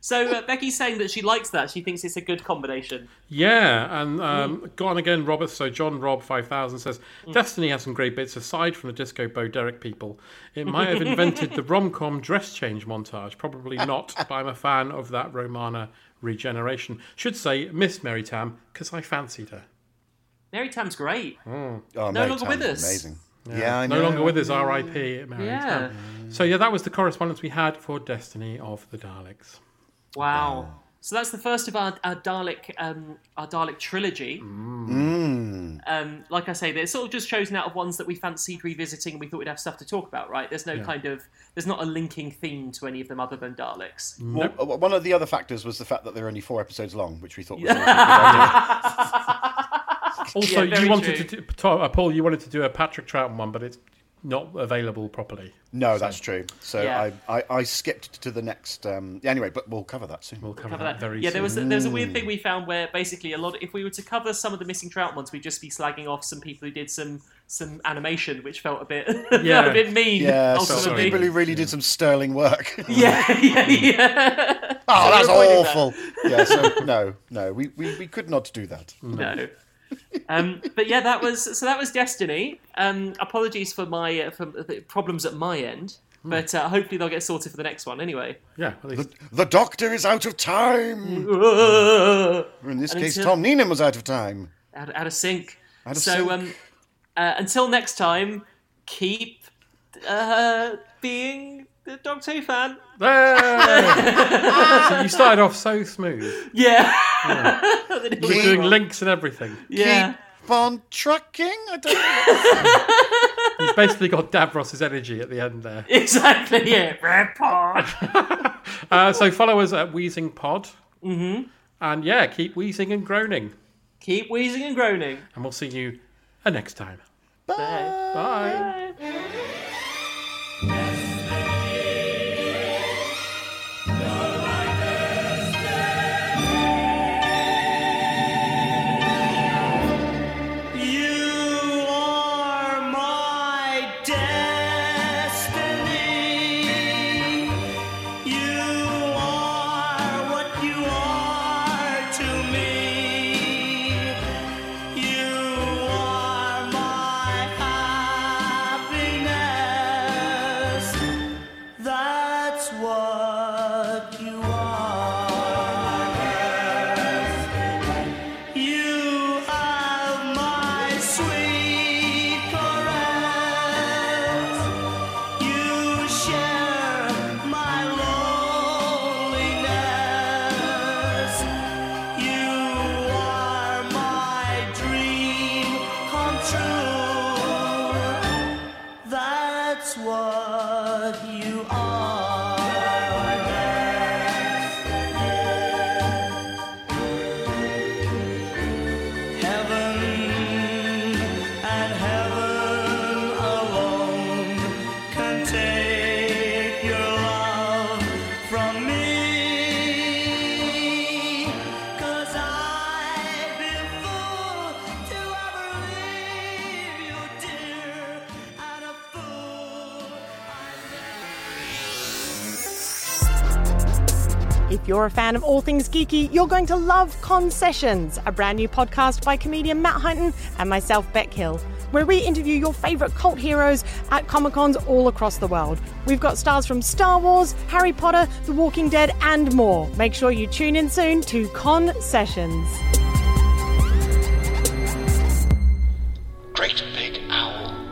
So uh, Becky's saying that she likes that. She thinks it's a good combination. Yeah, Hmm. and um, gone again, Robert. So John Rob five thousand says Mm. Destiny has some great bits aside from the disco Bo Derek people. It <laughs> might have invented the rom com dress change montage, probably not. but I'm a fan of that Romana regeneration. Should say Miss Mary Tam because I fancied her. Mary Tam's great. Mm. Oh, No Mary longer Tam's with us. amazing. Yeah, I no know. longer with us. R.I.P. Mary Yeah. Tam. So yeah, that was the correspondence we had for Destiny of the <laughs> Daleks. Wow. So that's the first of our, our Dalek um, our Dalek trilogy. Mm. Um, like I say, they're sort of just chosen out of ones that we fancied revisiting. and We thought we'd have stuff to talk about, right? There's no Yeah. kind of there's not a linking theme to any of them other than Daleks. <laughs> Well, uh, One of the other factors was the fact that they're only four episodes long, which we <laughs> thought was. Also, Yeah, very you wanted true. to do, Tom, uh, Paul. You wanted to do a Patrick Troughton one, but it's not available properly. No, that's true. So Yeah. I, I, I skipped to the next. Um, yeah, anyway, but we'll cover that soon. We'll cover, Cover that. uh, yeah, there was there was a weird thing we found where basically a lot. If we were to cover some of the missing trout ones, we'd just be slagging off some people who did some some animation, which felt a bit <laughs> felt a bit mean. Yeah, so some ultimately. people who really did some sterling work. <laughs> <laughs> Yeah, yeah, yeah. oh, that's So we're avoiding that. awful. yeah, so no, no, we, we, we could not do that. No. <laughs> um, but yeah, that was so. That was Destiny. Um, apologies for my uh, for the problems at my end, Hmm. but uh, hopefully they'll get sorted for the next one anyway. Yeah. The, the doctor is out of time. Hmm. Mm. In this Hmm. And case, until- Tom Neenan was out of time. <laughs> Out, out of sync. Out of so sync. um, uh, until next time, keep uh, being the Doctor Who fan. <laughs> Hey! so you started off so smooth. Yeah. You were doing links and everything. <laughs> Yeah. Keep on trucking. I don't know. You've basically got Davros's energy at the end there. <laughs> Exactly. Yeah. Red pod. Uh, so follow us at Wheezing Pod. Mm-hmm. And yeah, keep wheezing and groaning. Keep wheezing and groaning. And we'll see you uh, next time. Bye. Bye. Bye. If you're a fan of all things geeky, you're going to love Concessions, a brand new podcast by comedian Matt Hunton and myself, Beck Hill, where we interview your favourite cult heroes at Comic Cons all across the world. We've got stars from Star Wars, Harry Potter, The Walking Dead, and more. Make sure you tune in soon to Concessions. Great Big Owl.